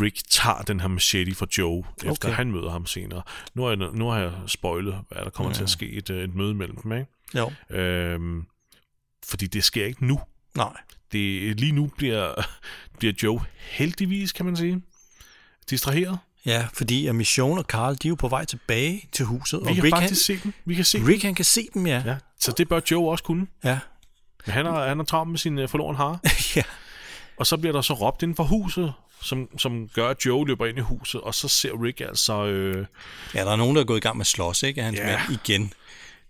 Speaker 1: Rick tager den her machete fra Joe, okay. efter han møder ham senere. Nu har jeg, nu har jeg spoilet, hvad der kommer ja. til at ske et, øh, et møde mellem dem, ikke?
Speaker 2: Jo,
Speaker 1: Øhm, fordi det sker ikke nu.
Speaker 2: nej.
Speaker 1: Det, lige nu bliver, bliver Joe heldigvis, kan man sige, distraheret.
Speaker 2: Ja, fordi at Mission og Carl, de er jo på vej tilbage til huset.
Speaker 1: Vi
Speaker 2: og
Speaker 1: kan
Speaker 2: Rick,
Speaker 1: faktisk se dem. Vi kan se
Speaker 2: han,
Speaker 1: dem.
Speaker 2: Rick, han kan se dem, ja.
Speaker 1: Ja. Så det bør Joe også kunne.
Speaker 2: Ja.
Speaker 1: Men han har, han har travlt med sin øh, forloren har.
Speaker 2: ja.
Speaker 1: Og så bliver der så råbt inden for huset, som, som gør, at Joe løber ind i huset, og så ser Rick altså... Øh,
Speaker 2: ja, der er nogen, der er gået i gang med at slås, ikke? af Hans
Speaker 1: Ja.
Speaker 2: yeah. mænd igen.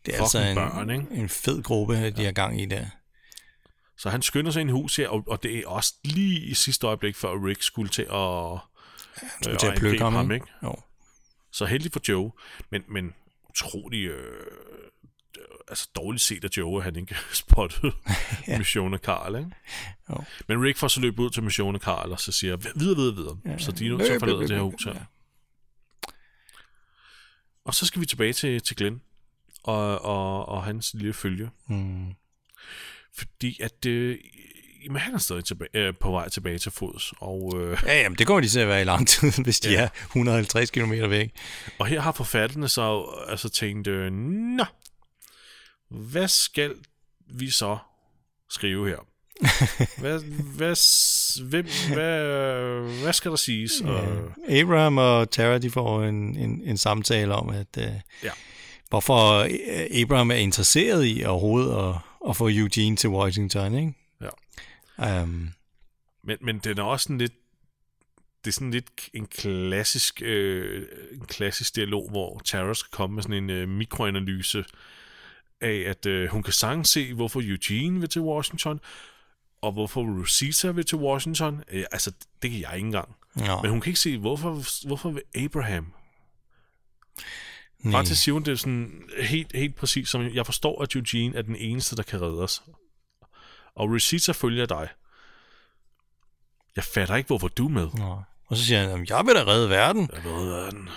Speaker 2: Det er altså en,
Speaker 1: børn, ikke?
Speaker 2: en fed gruppe, de har gang i der.
Speaker 1: så han skynder sig ind i huset her, og, og det er også lige i sidste øjeblik, før Rick skulle til at...
Speaker 2: Han skulle
Speaker 1: Øh,
Speaker 2: til
Speaker 1: og
Speaker 2: at pløkke
Speaker 1: angribe
Speaker 2: ham,
Speaker 1: ham,
Speaker 2: ikke? Jo.
Speaker 1: Så heldig for Joe, men, men utrolig... Øh, øh, altså dårligt set af Joe, at han ikke spottede ja. Mission og Carl, ikke?
Speaker 2: Jo.
Speaker 1: Men Rick får så løbet ud til Mission og Carl, og så siger "Vid- videre, videre, videre. Ja, så de er nødt til at forlade det her hus her. Og så skal vi tilbage til, til Glenn og, og, og hans lille følge. Mm. Fordi at øh, jamen, han er stadig tilbage, øh, på vej tilbage til fods. Og, øh,
Speaker 2: Ja, jamen, det kommer de til at være i lang tid, hvis de ja. er 150 km væk.
Speaker 1: og her har forfatterne så altså, tænkt, øh, nå, hvad skal vi så skrive her? hvad, hvad, s- hvem, hvad, hvad skal der siges? Og,
Speaker 2: Abraham og Tara, de får en, en, en samtale om, at øh,
Speaker 1: ja.
Speaker 2: hvorfor øh, Abraham er interesseret i overhovedet at, at få Eugene til Washington, ikke?
Speaker 1: Ja.
Speaker 2: Um,
Speaker 1: Men, men den er også sådan lidt det er sådan lidt en klassisk, øh, en klassisk dialog, hvor Tara skal komme med sådan en øh, mikroanalyse af, at øh, hun kan sagtens se, hvorfor Eugene vil til Washington, og hvorfor Rosita vil til Washington. Øh, altså, det kan jeg ikke engang.
Speaker 2: ja.
Speaker 1: Men hun kan ikke se, hvorfor, hvorfor vil Abraham? Faktisk siger hun det sådan helt, helt præcis, som jeg forstår, at Eugene er den eneste, der kan redde os. Og Rosita følger dig. Jeg fatter ikke, hvorfor du er med.
Speaker 2: Nå. Og så siger han, "Jamen, jeg vil da redde verden.
Speaker 1: Jeg ved, hvad den.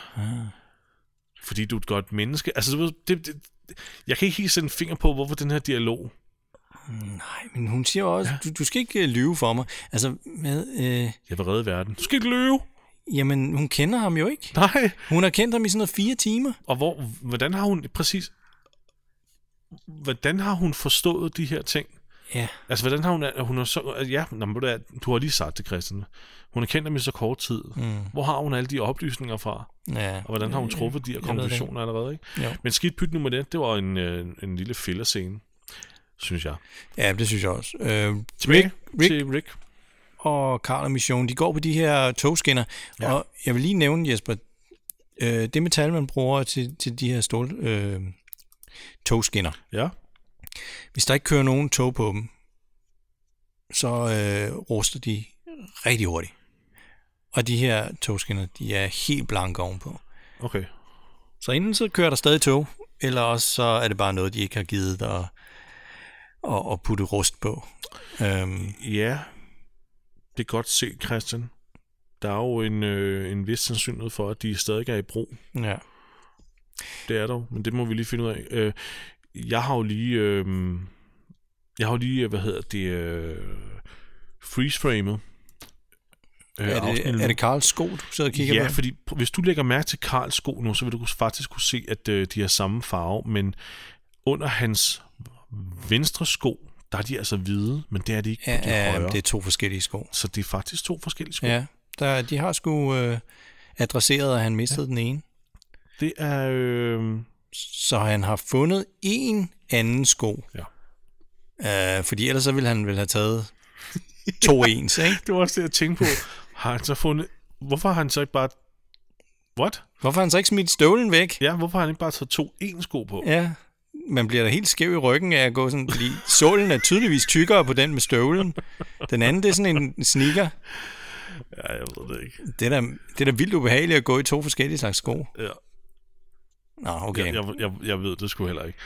Speaker 1: Fordi du er et godt menneske. Altså, du ved, det, det, jeg kan ikke helt sætte en finger på, hvorfor den her dialog...
Speaker 2: Nej, men hun siger også, du, du skal ikke øh, lyve for mig. Altså, med, øh,
Speaker 1: Jeg vil redde verden. Du skal ikke løbe!
Speaker 2: jamen, hun kender ham jo ikke.
Speaker 1: Nej!
Speaker 2: Hun har kendt ham i sådan noget fire timer.
Speaker 1: Og hvor, hvordan har hun... Præcis... Hvordan har hun forstået de her ting?
Speaker 2: Ja.
Speaker 1: Altså, hvordan har hun... hun har så, ja, nå, men ved du, hvad, du har lige sagt det, Christian. Hun har kendt ham i så kort tid. Mm. Hvor har hun alle de oplysninger fra?
Speaker 2: ja.
Speaker 1: Og hvordan har hun truffet de her
Speaker 2: Øh, ved det ikke.
Speaker 1: konklusioner allerede? Ikke?
Speaker 2: Jo.
Speaker 1: Men skidt pyt nu med det. Det var en, øh, en lille fælderscene, synes jeg.
Speaker 2: Ja, det synes jeg også. Øh, Rick,
Speaker 1: Tilbage
Speaker 2: Rick
Speaker 1: til Rick.
Speaker 2: og Karl og Mission, de går på de her togskinner. Ja. Og jeg vil lige nævne, Jesper, øh, det metal, man bruger til, til de her stål, øh, togskinner,
Speaker 1: Ja.
Speaker 2: hvis der ikke kører nogen tog på dem, så øh, ruster de rigtig hurtigt. Og de her togskinner, de er helt blanke ovenpå.
Speaker 1: Okay.
Speaker 2: Så inden så kører der stadig tog, eller også så er det bare noget, de ikke har givet dig at, at, at putte rust på. Øhm,
Speaker 1: Ja, det er godt set, Christian. Der er jo en, øh, en vis sandsynlighed for, at de stadig er i brug.
Speaker 2: ja.
Speaker 1: Det er der, men det må vi lige finde ud af. Øh, jeg har jo lige... Øh, jeg har jo lige, hvad hedder det... Øh, freeze-framet. Øh,
Speaker 2: Er
Speaker 1: afsnittet.
Speaker 2: det, er det Karls sko, du sidder og kigger
Speaker 1: Ja,
Speaker 2: på?
Speaker 1: fordi p- hvis du lægger mærke til Karls sko nu, så vil du kunne- faktisk kunne se, at øh, de har samme farve, men under hans venstre sko, der er de altså hvide, men det er de ikke på de
Speaker 2: Ja, ja,
Speaker 1: højre.
Speaker 2: det er to forskellige sko.
Speaker 1: Så det er faktisk to forskellige sko.
Speaker 2: Ja, der, de har sgu øh, adresseret, at han mistede ja. den ene.
Speaker 1: Det er... Øh,
Speaker 2: Så han har fundet en anden sko.
Speaker 1: Ja.
Speaker 2: Øh, fordi ellers så ville han vel have taget to ens, ikke?
Speaker 1: det var også det, jeg tænkte på. Har han så fundet... Hvorfor har han så ikke bare... What?
Speaker 2: Hvorfor har han så ikke smidt støvlen væk?
Speaker 1: Ja, hvorfor har han ikke bare taget to en sko på?
Speaker 2: Ja, man bliver da helt skæv i ryggen af at gå sådan, fordi sålen er tydeligvis tykkere på den med støvlen. Den anden, det er sådan en sneaker.
Speaker 1: Ja, jeg ved det ikke.
Speaker 2: Det er da, det er da vildt ubehageligt at gå i to forskellige slags sko.
Speaker 1: Ja.
Speaker 2: Nå, okay.
Speaker 1: Jeg, jeg, jeg, jeg ved det sgu heller ikke.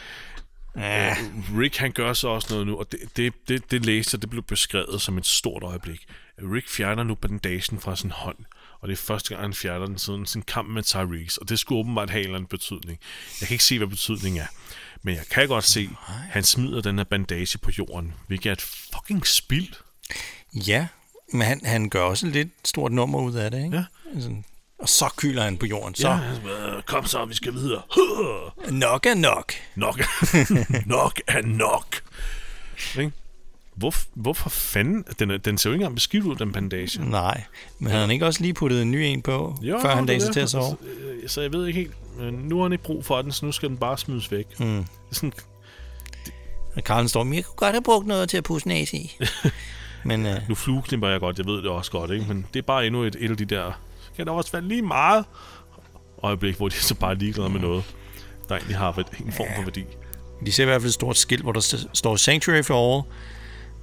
Speaker 1: Øh,
Speaker 2: Ja.
Speaker 1: Rick han gør så også noget nu, og det, det, det, det læste jeg, det blev beskrevet som et stort øjeblik. Rick fjerner nu bandagen fra sin hånd, og det er første gang, han fjerner den siden sin kamp med Tyrese, og det skulle åbenbart have en eller anden betydning. Jeg kan ikke se, hvad betydningen er, men jeg kan godt se, han smider den her bandage på jorden, hvilket er et fucking spild.
Speaker 2: Ja, men han, han gør også lidt stort nummer ud af det, ikke?
Speaker 1: Ja.
Speaker 2: Sådan, og så kyler han på jorden. Så
Speaker 1: Ja,
Speaker 2: ja.
Speaker 1: han siger, "Øh, kom så, vi skal videre.
Speaker 2: nok er nok.
Speaker 1: Nok, nok er nok. Ikke? Hvor, hvorfor fanden? Den, er- den ser jo ikke engang beskidt ud, den bandage.
Speaker 2: Nej, men havde han ikke også lige puttet en ny en på, jo, før han
Speaker 1: det er
Speaker 2: lagde sig til at
Speaker 1: derfor.
Speaker 2: sove?
Speaker 1: Så, øh, Så jeg ved ikke helt. Men nu har han ikke brug for den, så nu skal den bare smides væk. Mm. Det er sådan,
Speaker 2: Og Karlen står, "Men jeg kunne godt have brugt noget til at pusse næse i. men øh,
Speaker 1: nu flueknipper jeg godt, jeg ved det også godt, ikke? men det er bare endnu et, et af de der... Kan der også være lige meget øjeblik, hvor de så bare er ligeglade med noget, der egentlig har vært- en form for værdi.
Speaker 2: de ser i hvert fald et stort skilt, hvor der st- står Sanctuary for all,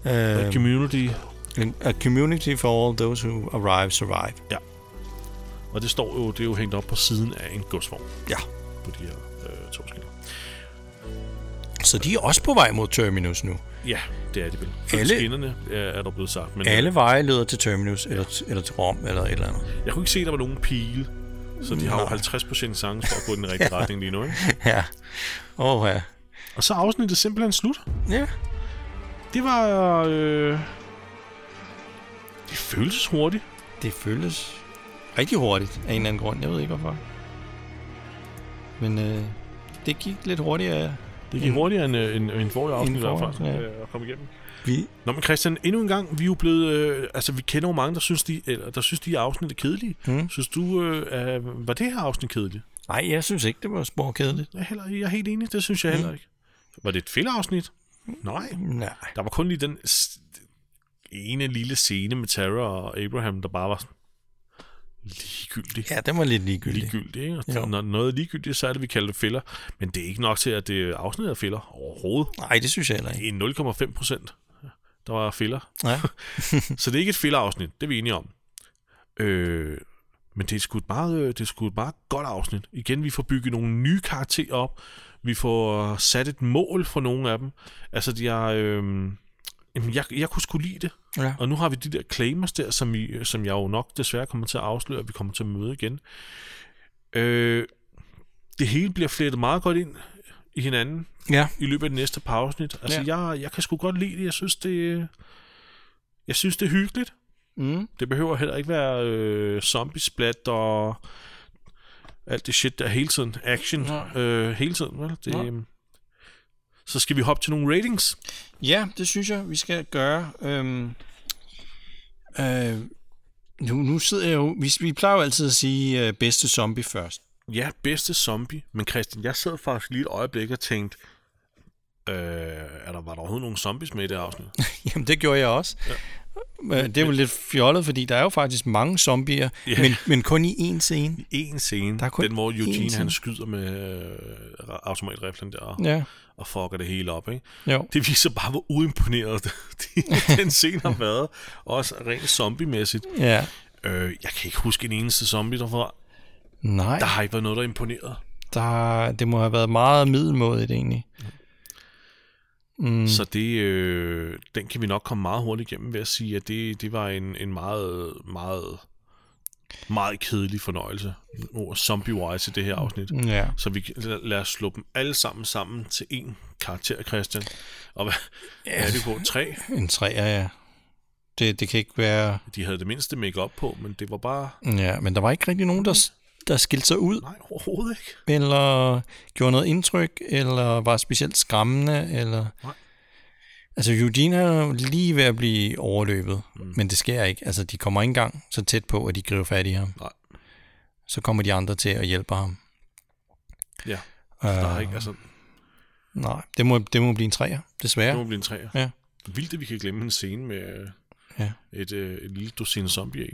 Speaker 2: Øhm.
Speaker 1: Øh. Community,
Speaker 2: a community for all those who arrive, survive.
Speaker 1: og det står jo, det er jo hængt op på siden af en godsvogn
Speaker 2: Ja.
Speaker 1: på de her øh, to skiller.
Speaker 2: Så de er også på vej mod Terminus nu.
Speaker 1: Ja, det er det vel. For
Speaker 2: Alle-
Speaker 1: skinnerne er, er der blevet sagt, men
Speaker 2: Alle veje leder til Terminus, eller, eller til Rom, eller et eller andet.
Speaker 1: øh, jeg kunne ikke se, at der var nogen pile, så de har jo 50% chance for at gå i den rigtige retning lige nu. Ikke?
Speaker 2: ja. Åh, ja.
Speaker 1: Og så er afsnittet simpelthen slut.
Speaker 2: Ja.
Speaker 1: Det var... Øh... Det føles hurtigt.
Speaker 2: Det føles rigtig hurtigt af en eller anden grund. Jeg ved ikke hvorfor. Men øh, det gik lidt hurtigere.
Speaker 1: Det gik hurtigere end, øh, end, end forrige afsnit i hvert fald
Speaker 2: Mm. forrige, ja.
Speaker 1: øh, at komme igennem.
Speaker 2: Vi,
Speaker 1: Nå, men Christian, endnu en gang, vi er jo blevet... Øh, altså, vi kender jo mange, der synes, de, eller, der synes, de her afsnit er kedelige. Mm. Synes du, øh, øh, var det her afsnit kedeligt?
Speaker 2: nej, jeg synes ikke, det var sporkedeligt.
Speaker 1: Jeg er, heller, jeg er helt enig, det
Speaker 2: Mm.
Speaker 1: synes jeg heller ikke. Var det et fedt afsnit? Nej.
Speaker 2: Nej.
Speaker 1: Der var kun lige den s- ene lille scene med Tara og Abraham, der bare var sådan ligegyldig.
Speaker 2: Ja, den var lidt ligegyldig.
Speaker 1: ligegyldigt. Ikke?
Speaker 2: Jo.
Speaker 1: Og Når noget er ligegyldigt, så er det, vi kalder det fælder. Men det er ikke nok til, at det afsnit er fælder overhovedet.
Speaker 2: Nej, det synes jeg heller ikke.
Speaker 1: Det er 0,5 procent, der var fælder.
Speaker 2: Nej.
Speaker 1: Så det er ikke et fælderafsnit, det er vi enige om. Øh, men det er, sgu et meget, øh, det er sgu et meget godt afsnit. Igen, vi får bygget nogle nye karakterer op. Vi får øh, sat et mål for nogle af dem. Altså, de har... Øh, jamen, jeg, jeg kunne sgu lide det.
Speaker 2: Ja.
Speaker 1: Og nu har vi de der claimers der, som, I, som jeg jo nok desværre kommer til at afsløre, at vi kommer til at møde igen. Øh, det hele bliver flettet meget godt ind i hinanden
Speaker 2: ja.
Speaker 1: i løbet af det næste par afsnit. Altså, ja. jeg, jeg kan sgu godt lide det. Jeg synes, det, jeg synes, det er hyggeligt.
Speaker 2: Mm.
Speaker 1: Det behøver heller ikke være øh, zombiesplat og alt det shit der hele tiden. Action øh, hele tiden, vel? Det, øhm, så skal vi hoppe til nogle ratings.
Speaker 2: Ja, det synes jeg, vi skal gøre. Øhm, øh, nu, nu sidder jeg jo... Vi, vi plejer jo altid at sige øh, bedste zombie først.
Speaker 1: Ja, bedste zombie. Men Christian, jeg sad faktisk lige et øjeblik og tænkte, øh, er der, var der overhovedet nogle zombies med i det her afsnit?
Speaker 2: Jamen, det gjorde jeg også. Ja. Øh, Det er jo lidt fjollet, fordi der er jo faktisk mange zombier,
Speaker 1: Ja.
Speaker 2: men, men kun i én scene.
Speaker 1: En scene,
Speaker 2: Der
Speaker 1: der
Speaker 2: er kun
Speaker 1: den hvor
Speaker 2: én
Speaker 1: Eugene han
Speaker 2: scene.
Speaker 1: skyder med øh, ra- automatriflen der og,
Speaker 2: Ja,
Speaker 1: og fucker det hele op, ikke?
Speaker 2: jo.
Speaker 1: Det viser bare, hvor uimponeret de- den scene har været. Også rent zombiemæssigt.
Speaker 2: Ja.
Speaker 1: Øh, jeg kan ikke huske en eneste zombie derfra.
Speaker 2: Nej,
Speaker 1: Der har ikke været noget, der imponerede.
Speaker 2: Der, det må have været meget middelmådigt egentlig.
Speaker 1: Mm. Så det, øh, den kan vi nok komme meget hurtigt igennem ved at sige, at det, det var en, en meget, meget, meget kedelig fornøjelse. Ord zombie-wise i det her afsnit.
Speaker 2: Ja.
Speaker 1: Så vi, kan- lad, lad os slå dem alle sammen sammen til én karakter, Christian. Og hvad, hvad er det på? Tre?
Speaker 2: En træer, ja. Det, det kan ikke være...
Speaker 1: De havde det mindste make op på, men det var bare...
Speaker 2: Ja, men der var ikke rigtig nogen, der, s- der skilte sig ud,
Speaker 1: Nej, overhovedet ikke.
Speaker 2: eller gjorde noget indtryk, eller var specielt skræmmende, eller...
Speaker 1: Nej.
Speaker 2: Altså, Eugene er jo lige ved at blive overløbet, mm. men det sker ikke. Altså, de kommer ikke engang så tæt på, at de griber fat i ham.
Speaker 1: Nej.
Speaker 2: Så kommer de andre til at hjælpe ham.
Speaker 1: Ja. Uh, der er ikke, altså,
Speaker 2: Nej, det må, det må blive en træer, desværre.
Speaker 1: det må blive en træer.
Speaker 2: Ja.
Speaker 1: Vildt, at vi kan glemme en scene med øh,
Speaker 2: Ja.
Speaker 1: et, øh, et lille dosin zombie i.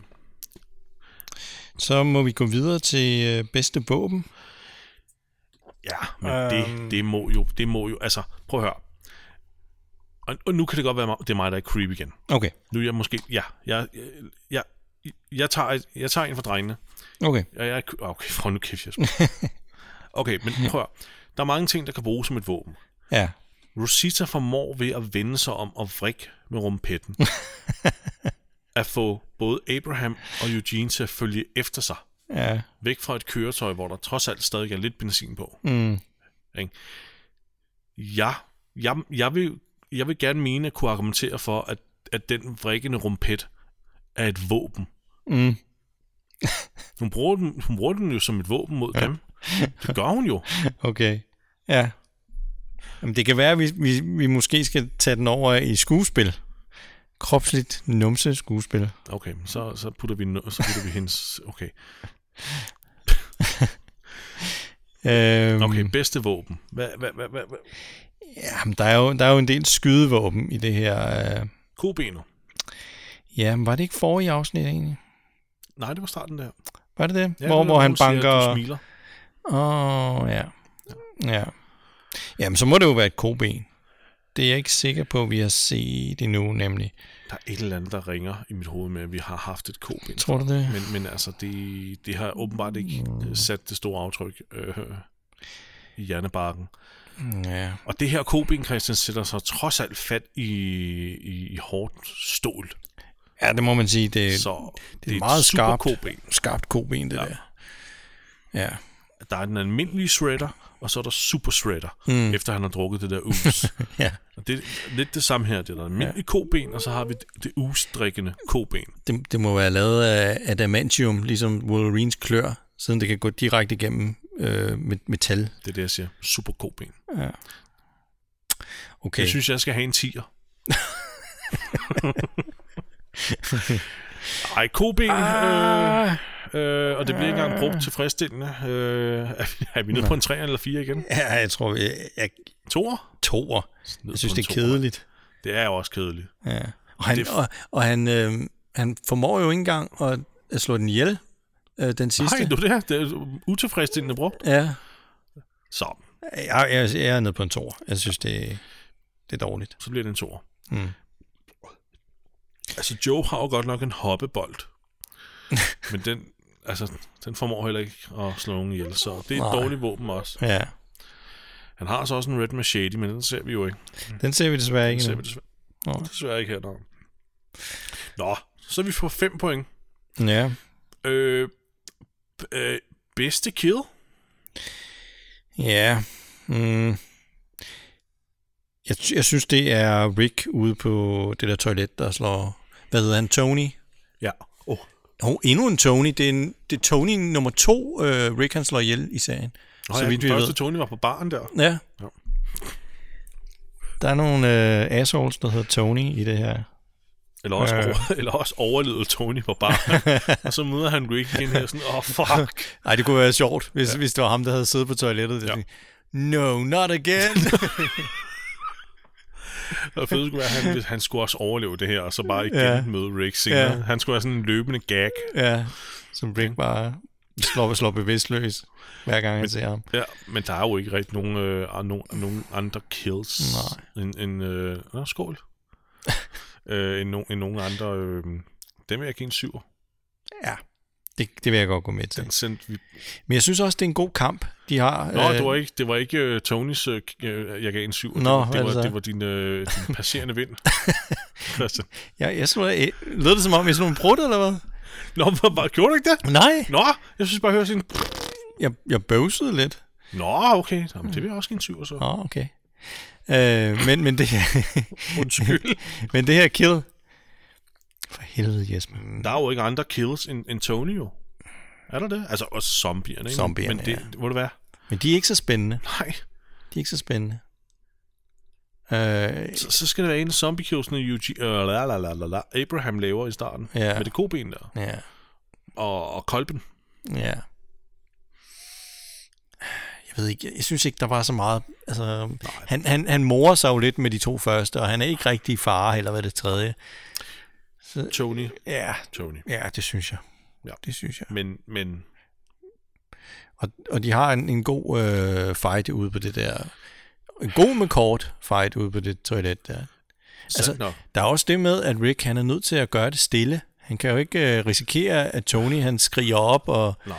Speaker 2: Så må vi gå videre til øh, bedste våben.
Speaker 1: Ja, Øhm. men det, det, må jo, det må jo... Altså, prøv at høre. Og, og nu kan det godt være, mig- det er mig, der er creep igen.
Speaker 2: Okay,
Speaker 1: Nu er jeg måske... Ja, jeg, jeg, jeg, jeg, tager, et- jeg tager en for drengene.
Speaker 2: okay.
Speaker 1: Jeg, jeg, okay, for nu kæft, jeg Okay, men prøv at høre. Der er mange ting, der kan bruges som et våben.
Speaker 2: Ja,
Speaker 1: Rosita formår ved at vende sig om og vrikke med rumpetten. at få både Abraham og Eugene til at følge efter sig.
Speaker 2: ja,
Speaker 1: Væk fra et køretøj, hvor der trods alt stadig er lidt benzin på. Mm. Ja, jeg, jeg, vil, jeg vil gerne mene at kunne argumentere for, at, at den vrikkende rumpet er et våben.
Speaker 2: Mm.
Speaker 1: hun, bruger den, hun bruger den jo som et våben mod ja. dem. Det gør hun jo.
Speaker 2: okay. Ja. Jamen, det kan være, at vi, vi, vi måske skal tage den over i skuespil. Kropsligt numse skuespil.
Speaker 1: Okay, men så, så putter vi, no- så putter vi hendes... Okay.
Speaker 2: Øhm,
Speaker 1: Okay, bedste våben. Hvad, hvad, hvad, hvad, hvad?
Speaker 2: Jamen, der, er jo, der er jo en del skydevåben i det her. Øh.
Speaker 1: Kobenet.
Speaker 2: Ja, men var det ikke forrige afsnit egentlig?
Speaker 1: Nej, det var starten der.
Speaker 2: Var det det?
Speaker 1: Ja, det
Speaker 2: hvor,
Speaker 1: var,
Speaker 2: hvor han
Speaker 1: hun siger, at
Speaker 2: banker...
Speaker 1: du smiler.
Speaker 2: Åh, oh, ja. Ja. Jamen, så må det jo være et koben. Det er jeg ikke sikker på, at vi har set endnu, nemlig.
Speaker 1: Der er et eller andet, der ringer i mit hoved med, at vi har haft et koben.
Speaker 2: Tror du det?
Speaker 1: Men, men altså, det, det har åbenbart ikke
Speaker 2: Mm.
Speaker 1: øh, sat det store aftryk øh, i hjernebarken.
Speaker 2: Ja.
Speaker 1: Og det her koben, Christian, sætter sig trods alt fat i, i, i hårdt stål.
Speaker 2: Ja, det må man sige. Det,
Speaker 1: Så det,
Speaker 2: det er meget
Speaker 1: et super
Speaker 2: skarpt.
Speaker 1: koben.
Speaker 2: skarpt koben, det ja. der. Ja.
Speaker 1: Der er den almindelige shredder, og så er der super shredder, mm. efter han har drukket det der us.
Speaker 2: ja.
Speaker 1: og det er lidt det samme her. Det er der almindelige ja. koben, og så har vi det, det usdrikkende koben.
Speaker 2: Det, det må være lavet af adamantium, ligesom Wolverines klør, siden det kan gå direkte igennem øh, med metal.
Speaker 1: Det er det, jeg siger. Super koben.
Speaker 2: Okay.
Speaker 1: Jeg synes, jeg skal have en 10'er. Ej, koben, ah. øh, øh, og det bliver ikke engang brugt tilfredsstillende. Øh, er, vi, er vi nede på en 3 eller 4 igen?
Speaker 2: ja, jeg tror, jeg, jeg
Speaker 1: Toer?
Speaker 2: toer. Jeg
Speaker 1: på
Speaker 2: synes,
Speaker 1: en
Speaker 2: det er
Speaker 1: toer.
Speaker 2: kedeligt.
Speaker 1: Det er jo også kedeligt.
Speaker 2: Ja. Og, han,
Speaker 1: Det er f-
Speaker 2: og, og han, øh, han formår jo ikke engang at, at slå den ihjel, øh, den sidste.
Speaker 1: Nej, du det her, det er utilfredsstillende brugt.
Speaker 2: Ja.
Speaker 1: Så,
Speaker 2: Jeg, jeg, jeg er nede på en toer. Jeg synes, det, det er dårligt.
Speaker 1: så bliver det en toer. Mm. Altså, Joe har jo godt nok en hoppebold. Men den, altså, den formår heller ikke at slå nogen ihjel, så det er et
Speaker 2: Nej.
Speaker 1: dårligt våben også.
Speaker 2: Ja.
Speaker 1: Han har så også en Red Machete, men den ser vi jo ikke.
Speaker 2: Mm. Den ser vi desværre ikke
Speaker 1: Den ser
Speaker 2: nu.
Speaker 1: vi desværre,
Speaker 2: Nå.
Speaker 1: desværre ikke her. Nå. Nå, så er vi får 5 point.
Speaker 2: Ja.
Speaker 1: Øh, b- øh, bedste kill?
Speaker 2: Ja. Mm. Jeg, jeg synes, det er Rick ude på det der toilet, der slår... Hvad hedder han? Tony?
Speaker 1: Ja. Oh.
Speaker 2: Oh, endnu en Tony. Det er, en, det er Tony nummer to, øh, Rick han slår ihjel i serien.
Speaker 1: Nå, så ja, vidt den vi første ved. Tony var på baren der.
Speaker 2: Ja.
Speaker 1: Ja.
Speaker 2: Der er nogle øh, assholes, der hedder Tony i det her.
Speaker 1: Eller også,
Speaker 2: Ja.
Speaker 1: over, eller også overlevede Tony på baren. og så møder han Rick igen her sådan, åh oh, fuck.
Speaker 2: Nej, det kunne være sjovt, hvis, ja. hvis det var ham, der havde siddet på toilettet. Ja. No, not again.
Speaker 1: Og det fede skulle være, at han, han skulle også overleve det her, og så bare igen ja.
Speaker 2: Ja.
Speaker 1: møde Rick senere. Ja.
Speaker 2: Ja.
Speaker 1: Han skulle have sådan en løbende gag.
Speaker 2: ja, som Rick bare slår, slår bevidstløs, hver gang han ser ham.
Speaker 1: Ja, men der er jo ikke rigtig nogen, øh, nogen, nogen andre kills Nej. end, end øh, nå, skål. øh, end, no, end nogen andre... Øh, dem vil jeg give en syver.
Speaker 2: Ja. Det, det vil jeg godt gå med til.
Speaker 1: Den sendte vi...
Speaker 2: Men jeg synes også, det er en god kamp, de har.
Speaker 1: Nå,
Speaker 2: Øh,
Speaker 1: det var ikke, det var ikke uh, Tonys uh, Jeg gav en syv.
Speaker 2: Nå,
Speaker 1: det, var, det,
Speaker 2: hvad er det
Speaker 1: var,
Speaker 2: så?
Speaker 1: det var din, uh, din passerende vind. Christian.
Speaker 2: Jeg, jeg synes, jeg, lød det som om, jeg sådan nogle brud, eller hvad?
Speaker 1: Nå, hvor, hvor, gjorde du ikke det?
Speaker 2: Nej,
Speaker 1: Nå, jeg synes bare, jeg hører sådan...
Speaker 2: jeg, jeg bøvsede lidt.
Speaker 1: Nå, okay. Jamen, det vil jeg også give en syv, så.
Speaker 2: Nå, okay. Øh, men, men, det,
Speaker 1: Undskyld.
Speaker 2: men det her kill... For helvede, Jesper.
Speaker 1: Der er jo ikke andre kills end, end Tony, jo. Er der det? Altså, også zombierne, ikke?
Speaker 2: Zombierne,
Speaker 1: Men det, ja. må det være?
Speaker 2: Men de er ikke så spændende.
Speaker 1: Nej.
Speaker 2: De er ikke så spændende. Øh,
Speaker 1: Så, så skal det være en af zombie-killsene, Eugene, øh, la, la, la, la, la, Abraham laver i starten.
Speaker 2: Ja.
Speaker 1: Med det koben der.
Speaker 2: ja,
Speaker 1: Og, og kolben.
Speaker 2: ja. Jeg ved ikke, jeg synes ikke, der var så meget... Altså, han, han, han morer sig jo lidt med de to første, og han er ikke rigtig far, eller hvad det tredje. Øh.
Speaker 1: Tony.
Speaker 2: Ja,
Speaker 1: Tony.
Speaker 2: ja det synes jeg.
Speaker 1: Ja.
Speaker 2: Det synes jeg.
Speaker 1: Men, men
Speaker 2: Og, og de har en, en god øh, fight ude på det der... En god med kort fight ude på det toilet der.
Speaker 1: så,
Speaker 2: Altså,
Speaker 1: altså, nå,
Speaker 2: Der er også det med, at Rick han er nødt til at gøre det stille. Han kan jo ikke øh, risikere, at Tony han skriger op, og
Speaker 1: nej.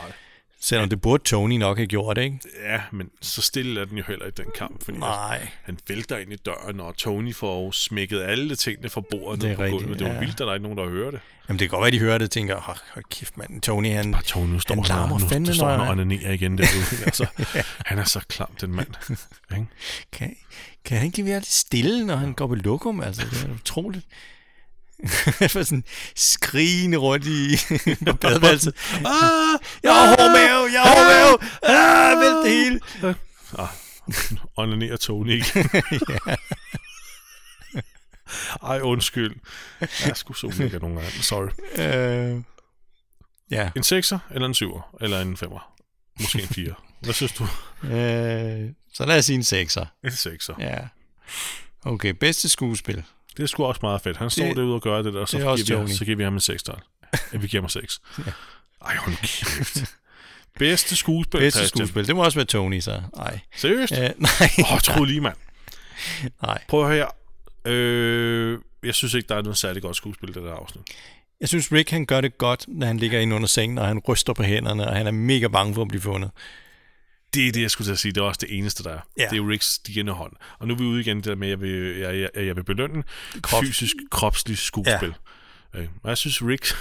Speaker 2: selvom det burde Tony nok have gjort, ikke?
Speaker 1: Ja, men så stille er den jo heller i den kamp, fordi at
Speaker 2: Nej.
Speaker 1: han vælter ind i døren, og Tony får jo smækket alle tingene fra bordet
Speaker 2: Det
Speaker 1: det
Speaker 2: er
Speaker 1: på
Speaker 2: rigtigt,
Speaker 1: gulvet. Det var
Speaker 2: ja.
Speaker 1: vildt, at der er ikke nogen, der hører det.
Speaker 2: Jamen det kan godt være, de hører det og tænker, hold, hold kæft mand, Tony han...
Speaker 1: Bare Tony, nu står
Speaker 2: Han
Speaker 1: han,
Speaker 2: larmer
Speaker 1: og- nu,
Speaker 2: fandme,
Speaker 1: nu står han
Speaker 2: når
Speaker 1: og
Speaker 2: han-
Speaker 1: onanerer igen derude. altså, Han er så klam, den mand. Ikke?
Speaker 2: Kan, kan han ikke lige være lidt stille, når han går på lokum? Altså, det er utroligt. For sådan skrigende rundt i på badeværelset. Ah, jeg har hård mave, jeg har hård mave. Ah, vælt det hele.
Speaker 1: Onanerer Tony igen. Ej, undskyld. Jeg skulle så ikke nogen gange. Sorry.
Speaker 2: Øh, ja.
Speaker 1: En 6'er, eller en 7'er, eller en 5'er. Måske en 4'er. Hvad synes du?
Speaker 2: Øh, så lad os sige en sekser.
Speaker 1: En 6'er.
Speaker 2: Ja. Okay, bedste skuespil.
Speaker 1: Det er sgu også meget fedt. Han står
Speaker 2: Det-
Speaker 1: derude og gør det der, så,
Speaker 2: det er også
Speaker 1: det giver, vi,
Speaker 2: Tony.
Speaker 1: så giver vi ham en 6 -tal. Vi giver ham 6. ja. Ej, hold kæft. Bedste skuespil,
Speaker 2: Bedste
Speaker 1: Christian.
Speaker 2: skuespil. Det må også være Tony, så. Nej.
Speaker 1: Seriøst? Åh,
Speaker 2: Øh, nej.
Speaker 1: øh. oh, tro lige, mand.
Speaker 2: nej.
Speaker 1: Prøv at høre her. Øh, jeg synes ikke, der er noget særlig godt skuespil i det der afsnit.
Speaker 2: Jeg synes, Rick han gør det godt, når han ligger inde under sengen, og han ryster på hænderne, og han er mega bange for at blive fundet.
Speaker 1: Det er det, jeg skulle til at sige. Det er også det eneste, der er.
Speaker 2: Ja.
Speaker 1: Det er jo Ricks stigende hånd. Og nu er vi ude igen i det der med, at jeg vil, jeg, jeg, jeg vil belønne
Speaker 2: Krop.
Speaker 1: fysisk, kropslig skuespil. Ja. Øh, og jeg synes, Rick...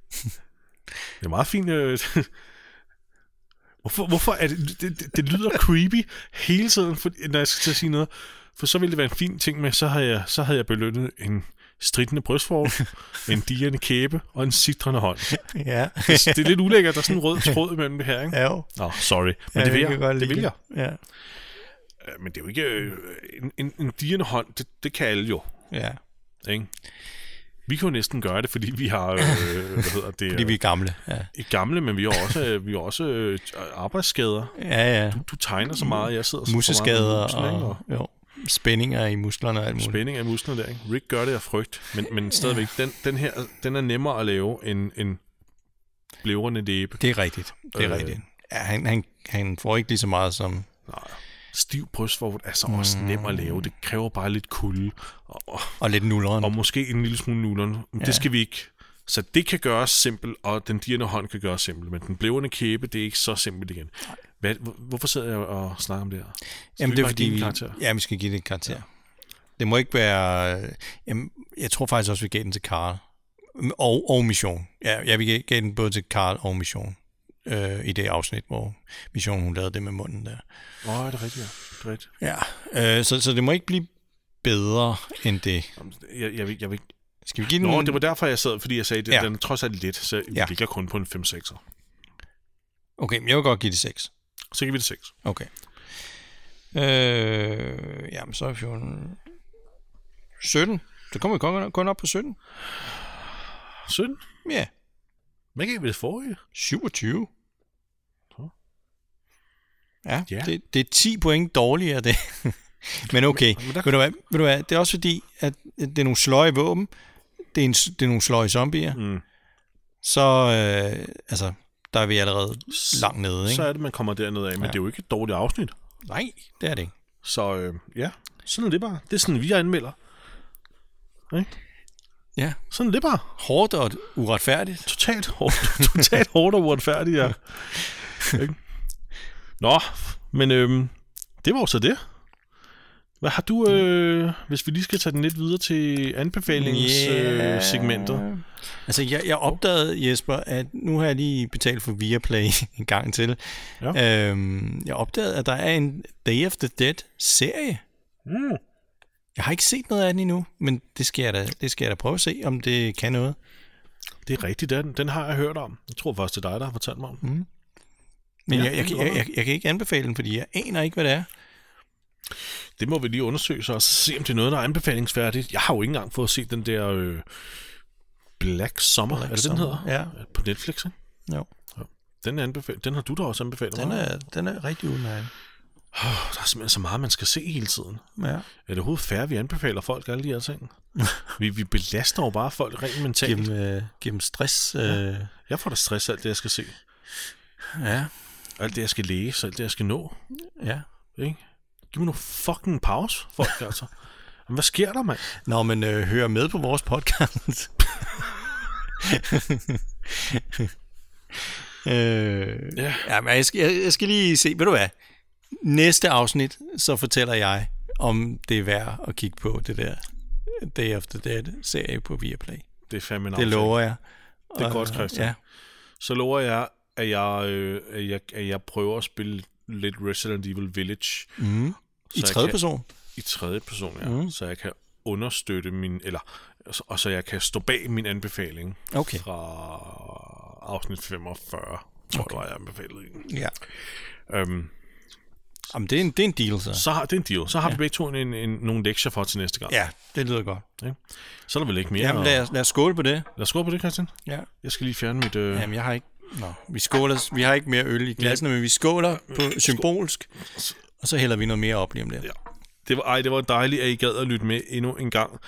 Speaker 1: det er meget fint... Øh, hvorfor, hvorfor er det, det, det... Det lyder creepy hele tiden, for, når jeg skal til at sige noget. For så ville det være en fin ting med, så havde jeg, så havde jeg belønnet en stridende brystvorte, en digerne kæbe og en sitrende hånd. Altså,
Speaker 2: Ja.
Speaker 1: Det, det er lidt ulækkert, der er sådan en rød tråd imellem det her, ikke?
Speaker 2: ja, jo.
Speaker 1: Nå, sorry. Men
Speaker 2: Ja,
Speaker 1: det vil
Speaker 2: kan
Speaker 1: jeg.
Speaker 2: godt
Speaker 1: det
Speaker 2: lide
Speaker 1: vil jeg.
Speaker 2: Ja.
Speaker 1: Øh, Men det er jo ikke... Øh, en, en, en digende hånd, det, det kan alle jo.
Speaker 2: ja.
Speaker 1: Ikke? Vi kan jo næsten gøre det, fordi vi har... Øh, hvad hedder det? øh,
Speaker 2: Fordi vi er gamle. Ja,
Speaker 1: er gamle, men vi har også, øh, vi har også øh, arbejdsskader.
Speaker 2: ja. ja.
Speaker 1: Du tegner så meget, jeg sidder så for meget med
Speaker 2: Musseskader
Speaker 1: musen, ikke?
Speaker 2: og jo, spændinger i musklerne og alt muligt.
Speaker 1: Spænding af musklerne der, ikke? Rick gør det af frygt, men, men stadigvæk, den, den her, den er nemmere at lave end, end blævrende læbe.
Speaker 2: Det er rigtigt. Det er øh.
Speaker 1: Øh.
Speaker 2: rigtigt. Ja, han, han, han får ikke lige så meget som...
Speaker 1: Stiv brystvorte er så også nem at
Speaker 2: Mm.
Speaker 1: lave. Det kræver bare lidt kulde og, og,
Speaker 2: Og lidt nulleren.
Speaker 1: og måske en lille smule nullerne. Men ja. det skal vi ikke. Så det kan gøres simpelt, og den dirrende hånd kan gøres simpelt, men den blævende kæbe, det er ikke så simpelt igen. Hvad, hvor- hvorfor sidder jeg og snakker om det her? Skal
Speaker 2: Jamen,
Speaker 1: vi
Speaker 2: det er
Speaker 1: bare
Speaker 2: fordi,
Speaker 1: give en
Speaker 2: vi,
Speaker 1: karakter?
Speaker 2: ja, vi skal give det en karakter. Ja. Det må ikke være... øh, Jamen, jeg tror faktisk også, vi gav den til Karl. Mm, Og, og Mission. Ja, ja, vi gav- gav den både til Karl og Mission. Øh, I det afsnit, hvor Mission hun lavede det med munden der.
Speaker 1: Åh, er det rigtigt? Ja. Det er rigtigt.
Speaker 2: Ja, øh, så, så det må ikke blive bedre end det.
Speaker 1: Jeg, jeg, vil, jeg vil ikke
Speaker 2: Skal vi give den...
Speaker 1: Nå, det var derfor, jeg sad, fordi jeg sagde, at
Speaker 2: Mm. Ja.
Speaker 1: ja. den er trods alt lidt, så vi
Speaker 2: Ja.
Speaker 1: ligger kun på en 5-6'er.
Speaker 2: Okay, men jeg vil godt give det 6.
Speaker 1: Så giver vi det 6.
Speaker 2: Okay. Øh, jamen, så er 14... 17. Så kommer vi kun- kun op på 17.
Speaker 1: 17?
Speaker 2: Ja,
Speaker 1: Hvad gav vi det forrige?
Speaker 2: 27.
Speaker 1: Nå.
Speaker 2: Ja,
Speaker 1: Ja.
Speaker 2: Det, det er 10 point dårligere det. Men okay, men,
Speaker 1: men
Speaker 2: der...
Speaker 1: der-
Speaker 2: ved, du hvad, ved du hvad, det er også fordi, at at det er nogle sløje våben, det er, en, s- det er nogle sløje zombier,
Speaker 1: Mm.
Speaker 2: så øh, altså, der er vi allerede langt nede, ikke?
Speaker 1: Så er det, man kommer dernede af, men
Speaker 2: Ja.
Speaker 1: ja. det er jo ikke et dårligt afsnit.
Speaker 2: Nej, det er det ikke.
Speaker 1: Så øh, ja, sådan er det bare. Det er sådan, vi anmelder. Ikke?
Speaker 2: Ja,
Speaker 1: Sådan lidt bare.
Speaker 2: hårdt og uretfærdigt.
Speaker 1: Totalt hårdt, totalt hårdt og uretfærdigt, ja. Ikke? Nå, men øhm, det var jo så det. Hvad har du, øh, hvis vi lige skal tage den lidt videre til anbefalingssegmentet? Øh, segmentet?
Speaker 2: Altså, jeg, jeg opdagede, Jesper, at nu har jeg lige betalt for Viaplay en gang til. Ja. Øhm, jeg opdagede, at der er en Day of the Dead-serie. Hmm.
Speaker 1: Mm.
Speaker 2: Jeg har ikke set noget af den endnu, men det skal jeg da, det skal jeg da prøve at se, om det kan noget.
Speaker 1: Det er rigtigt, den, den har jeg hørt om. Jeg tror faktisk, det er dig, der har fortalt mig om. den.
Speaker 2: Men
Speaker 1: Ja,
Speaker 2: ja, jeg,
Speaker 1: det
Speaker 2: jeg, kan-
Speaker 1: var
Speaker 2: jeg,
Speaker 1: der.
Speaker 2: jeg, jeg kan ikke anbefale den, fordi jeg aner ikke, hvad det er.
Speaker 1: Det må vi lige undersøge så og se, om det er noget, der er anbefalingsværdigt. Jeg har jo ikke engang fået set den der øh, Black Summer, Black er det den
Speaker 2: Summer,
Speaker 1: hedder? Ja. På Netflix, ikke?
Speaker 2: Jo.
Speaker 1: Den, er anbefal- den har du da også anbefalet
Speaker 2: Den
Speaker 1: mig.
Speaker 2: er, den er rigtig udmærket.
Speaker 1: Der er simpelthen så meget, man skal se hele tiden.
Speaker 2: Ja.
Speaker 1: Er det overhovedet fair, vi anbefaler folk alle de her ting? vi, vi belaster jo bare folk rent mentalt.
Speaker 2: Giv
Speaker 1: Jamen.
Speaker 2: dem, øh, giv dem stress. Øh,
Speaker 1: Jeg får da stress af alt det, jeg skal se.
Speaker 2: ja.
Speaker 1: Alt det, jeg skal læse, alt det, jeg skal nå.
Speaker 2: ja.
Speaker 1: Ikke? Giv mig nu fucking pause, folk altså. Jamen, hvad sker der, mand?
Speaker 2: Nå, men øh, hør med på vores podcast. øh,
Speaker 1: Ja.
Speaker 2: ja. men jeg, skal, jeg, jeg skal lige se, ved du hvad? Næste afsnit, så fortæller jeg, om det er værd at kigge på det der Day of the Dead-serie på Viaplay.
Speaker 1: Det er fandme en
Speaker 2: Det
Speaker 1: aftale.
Speaker 2: lover jeg.
Speaker 1: Det er
Speaker 2: Og,
Speaker 1: godt, Christian.
Speaker 2: Ja.
Speaker 1: Så lover jeg, at jeg, øh, at jeg, at jeg prøver at spille lidt Resident Evil Village. Mm.
Speaker 2: I tredje person.
Speaker 1: I tredje person, ja. Mm. Så jeg kan understøtte min... Eller, og så jeg kan stå bag min anbefaling
Speaker 2: Okay.
Speaker 1: fra afsnit 45, tror okay. jeg, jeg anbefalede en.
Speaker 2: Ja.
Speaker 1: Øhm,
Speaker 2: Jamen, det er en, det er en deal, så.
Speaker 1: så har, det er en deal. Så har ja. vi begge to en, en, en, nogle lektier for til næste gang.
Speaker 2: Ja, det lyder godt.
Speaker 1: Ikke? Så er der vel ikke mere.
Speaker 2: Jamen, lad
Speaker 1: os...
Speaker 2: os, lad os skåle på det.
Speaker 1: lad os skåle på det, Christian.
Speaker 2: Ja.
Speaker 1: Jeg skal lige fjerne mit... Øh,
Speaker 2: Jamen, jeg har ikke... Nå, vi, skåler, vi har ikke mere øl i glassene, men vi skåler på symbolsk, og så hælder vi noget mere op lige om lidt.
Speaker 1: Ja. Det var, ej, det var dejligt, at I gad at lytte med endnu en gang.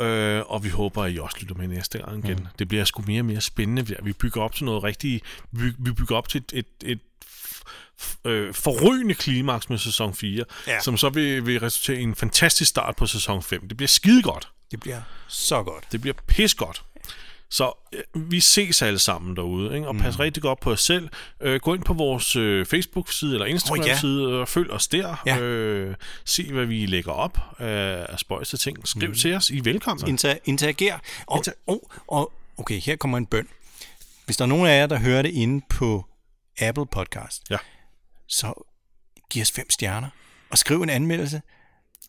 Speaker 1: Øh, og vi håber, at I også lytter med næste gang igen. Mm. Det bliver sgu mere og mere spændende. Vi- Vi bygger op til noget rigtigt... Vi, vi bygger op til et, et, et f- f- øh, forrygende klimaks med sæson 4, ja.
Speaker 2: Ja.
Speaker 1: som så vil, vil resultere i en fantastisk start på sæson 5. Det bliver skide godt.
Speaker 2: Det bliver så godt.
Speaker 1: Det bliver pis godt. Så øh, vi ses alle sammen derude, ikke? og pas
Speaker 2: Mm.
Speaker 1: rigtig godt på jer selv. Øh, gå ind på vores øh, Facebook-side eller Instagram-side og følg os der.
Speaker 2: Ja.
Speaker 1: Øh, se, hvad vi lægger op øh, af spøjste ting. Skriv mm. til os. I er velkomne.
Speaker 2: Inter, interager. Og, Inter- og, og, okay, her kommer en bøn. Hvis der er nogen af jer, der hører det inde på Apple Podcast,
Speaker 1: Ja.
Speaker 2: så giv os fem stjerner og skriv en anmeldelse.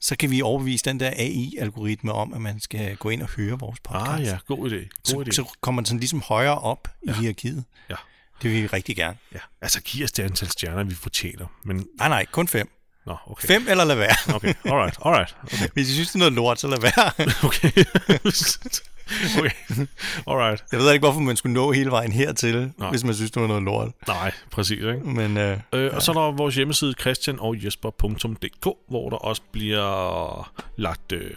Speaker 2: Så kan vi overbevise den der AI-algoritme om, at man skal gå ind og høre vores podcast.
Speaker 1: ah ja, god idé. God
Speaker 2: så,
Speaker 1: idé.
Speaker 2: så kommer den sådan ligesom højere op ja. i hierarkiet.
Speaker 1: Ja.
Speaker 2: Det vil vi rigtig gerne.
Speaker 1: ja. Altså, giv os det antal stjerner, vi fortjener. Men,
Speaker 2: Nej, nej, kun fem.
Speaker 1: nå, okay.
Speaker 2: Fem eller lad være.
Speaker 1: Okay, alright, alright.
Speaker 2: Hvis I synes, det er noget lort, så lad være.
Speaker 1: Okay. okay. Alright.
Speaker 2: Jeg ved ikke, hvorfor man skulle nå hele vejen hertil,
Speaker 1: Nej.
Speaker 2: nej. hvis man synes, det var noget lort.
Speaker 1: Nej, præcis, ikke?
Speaker 2: Men øh,
Speaker 1: Øh, og så er der vores hjemmeside christianogesper.dk, hvor der også bliver lagt øh,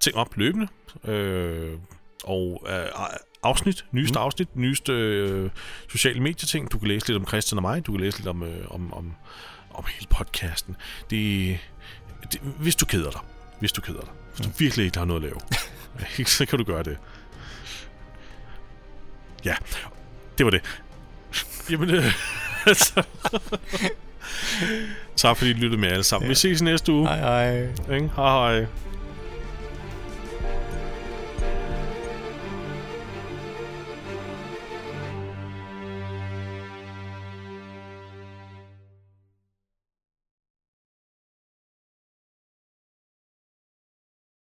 Speaker 1: ting op løbende. Øh, og øh, afsnit, nyeste mm. afsnit, nyeste øh, sociale medieting. Du kan læse lidt om Christian og mig, du kan læse lidt om, øh, om, om, om hele podcasten. Det, det, hvis du keder dig, hvis du keder dig, hvis du virkelig ikke har noget at lave, så kan du gøre det. Ja, det var det. Jamen, øh, altså. Tak fordi I lyttede med alle sammen. Vi ses næste uge.
Speaker 2: hej hej.
Speaker 1: Hej. Hej hej.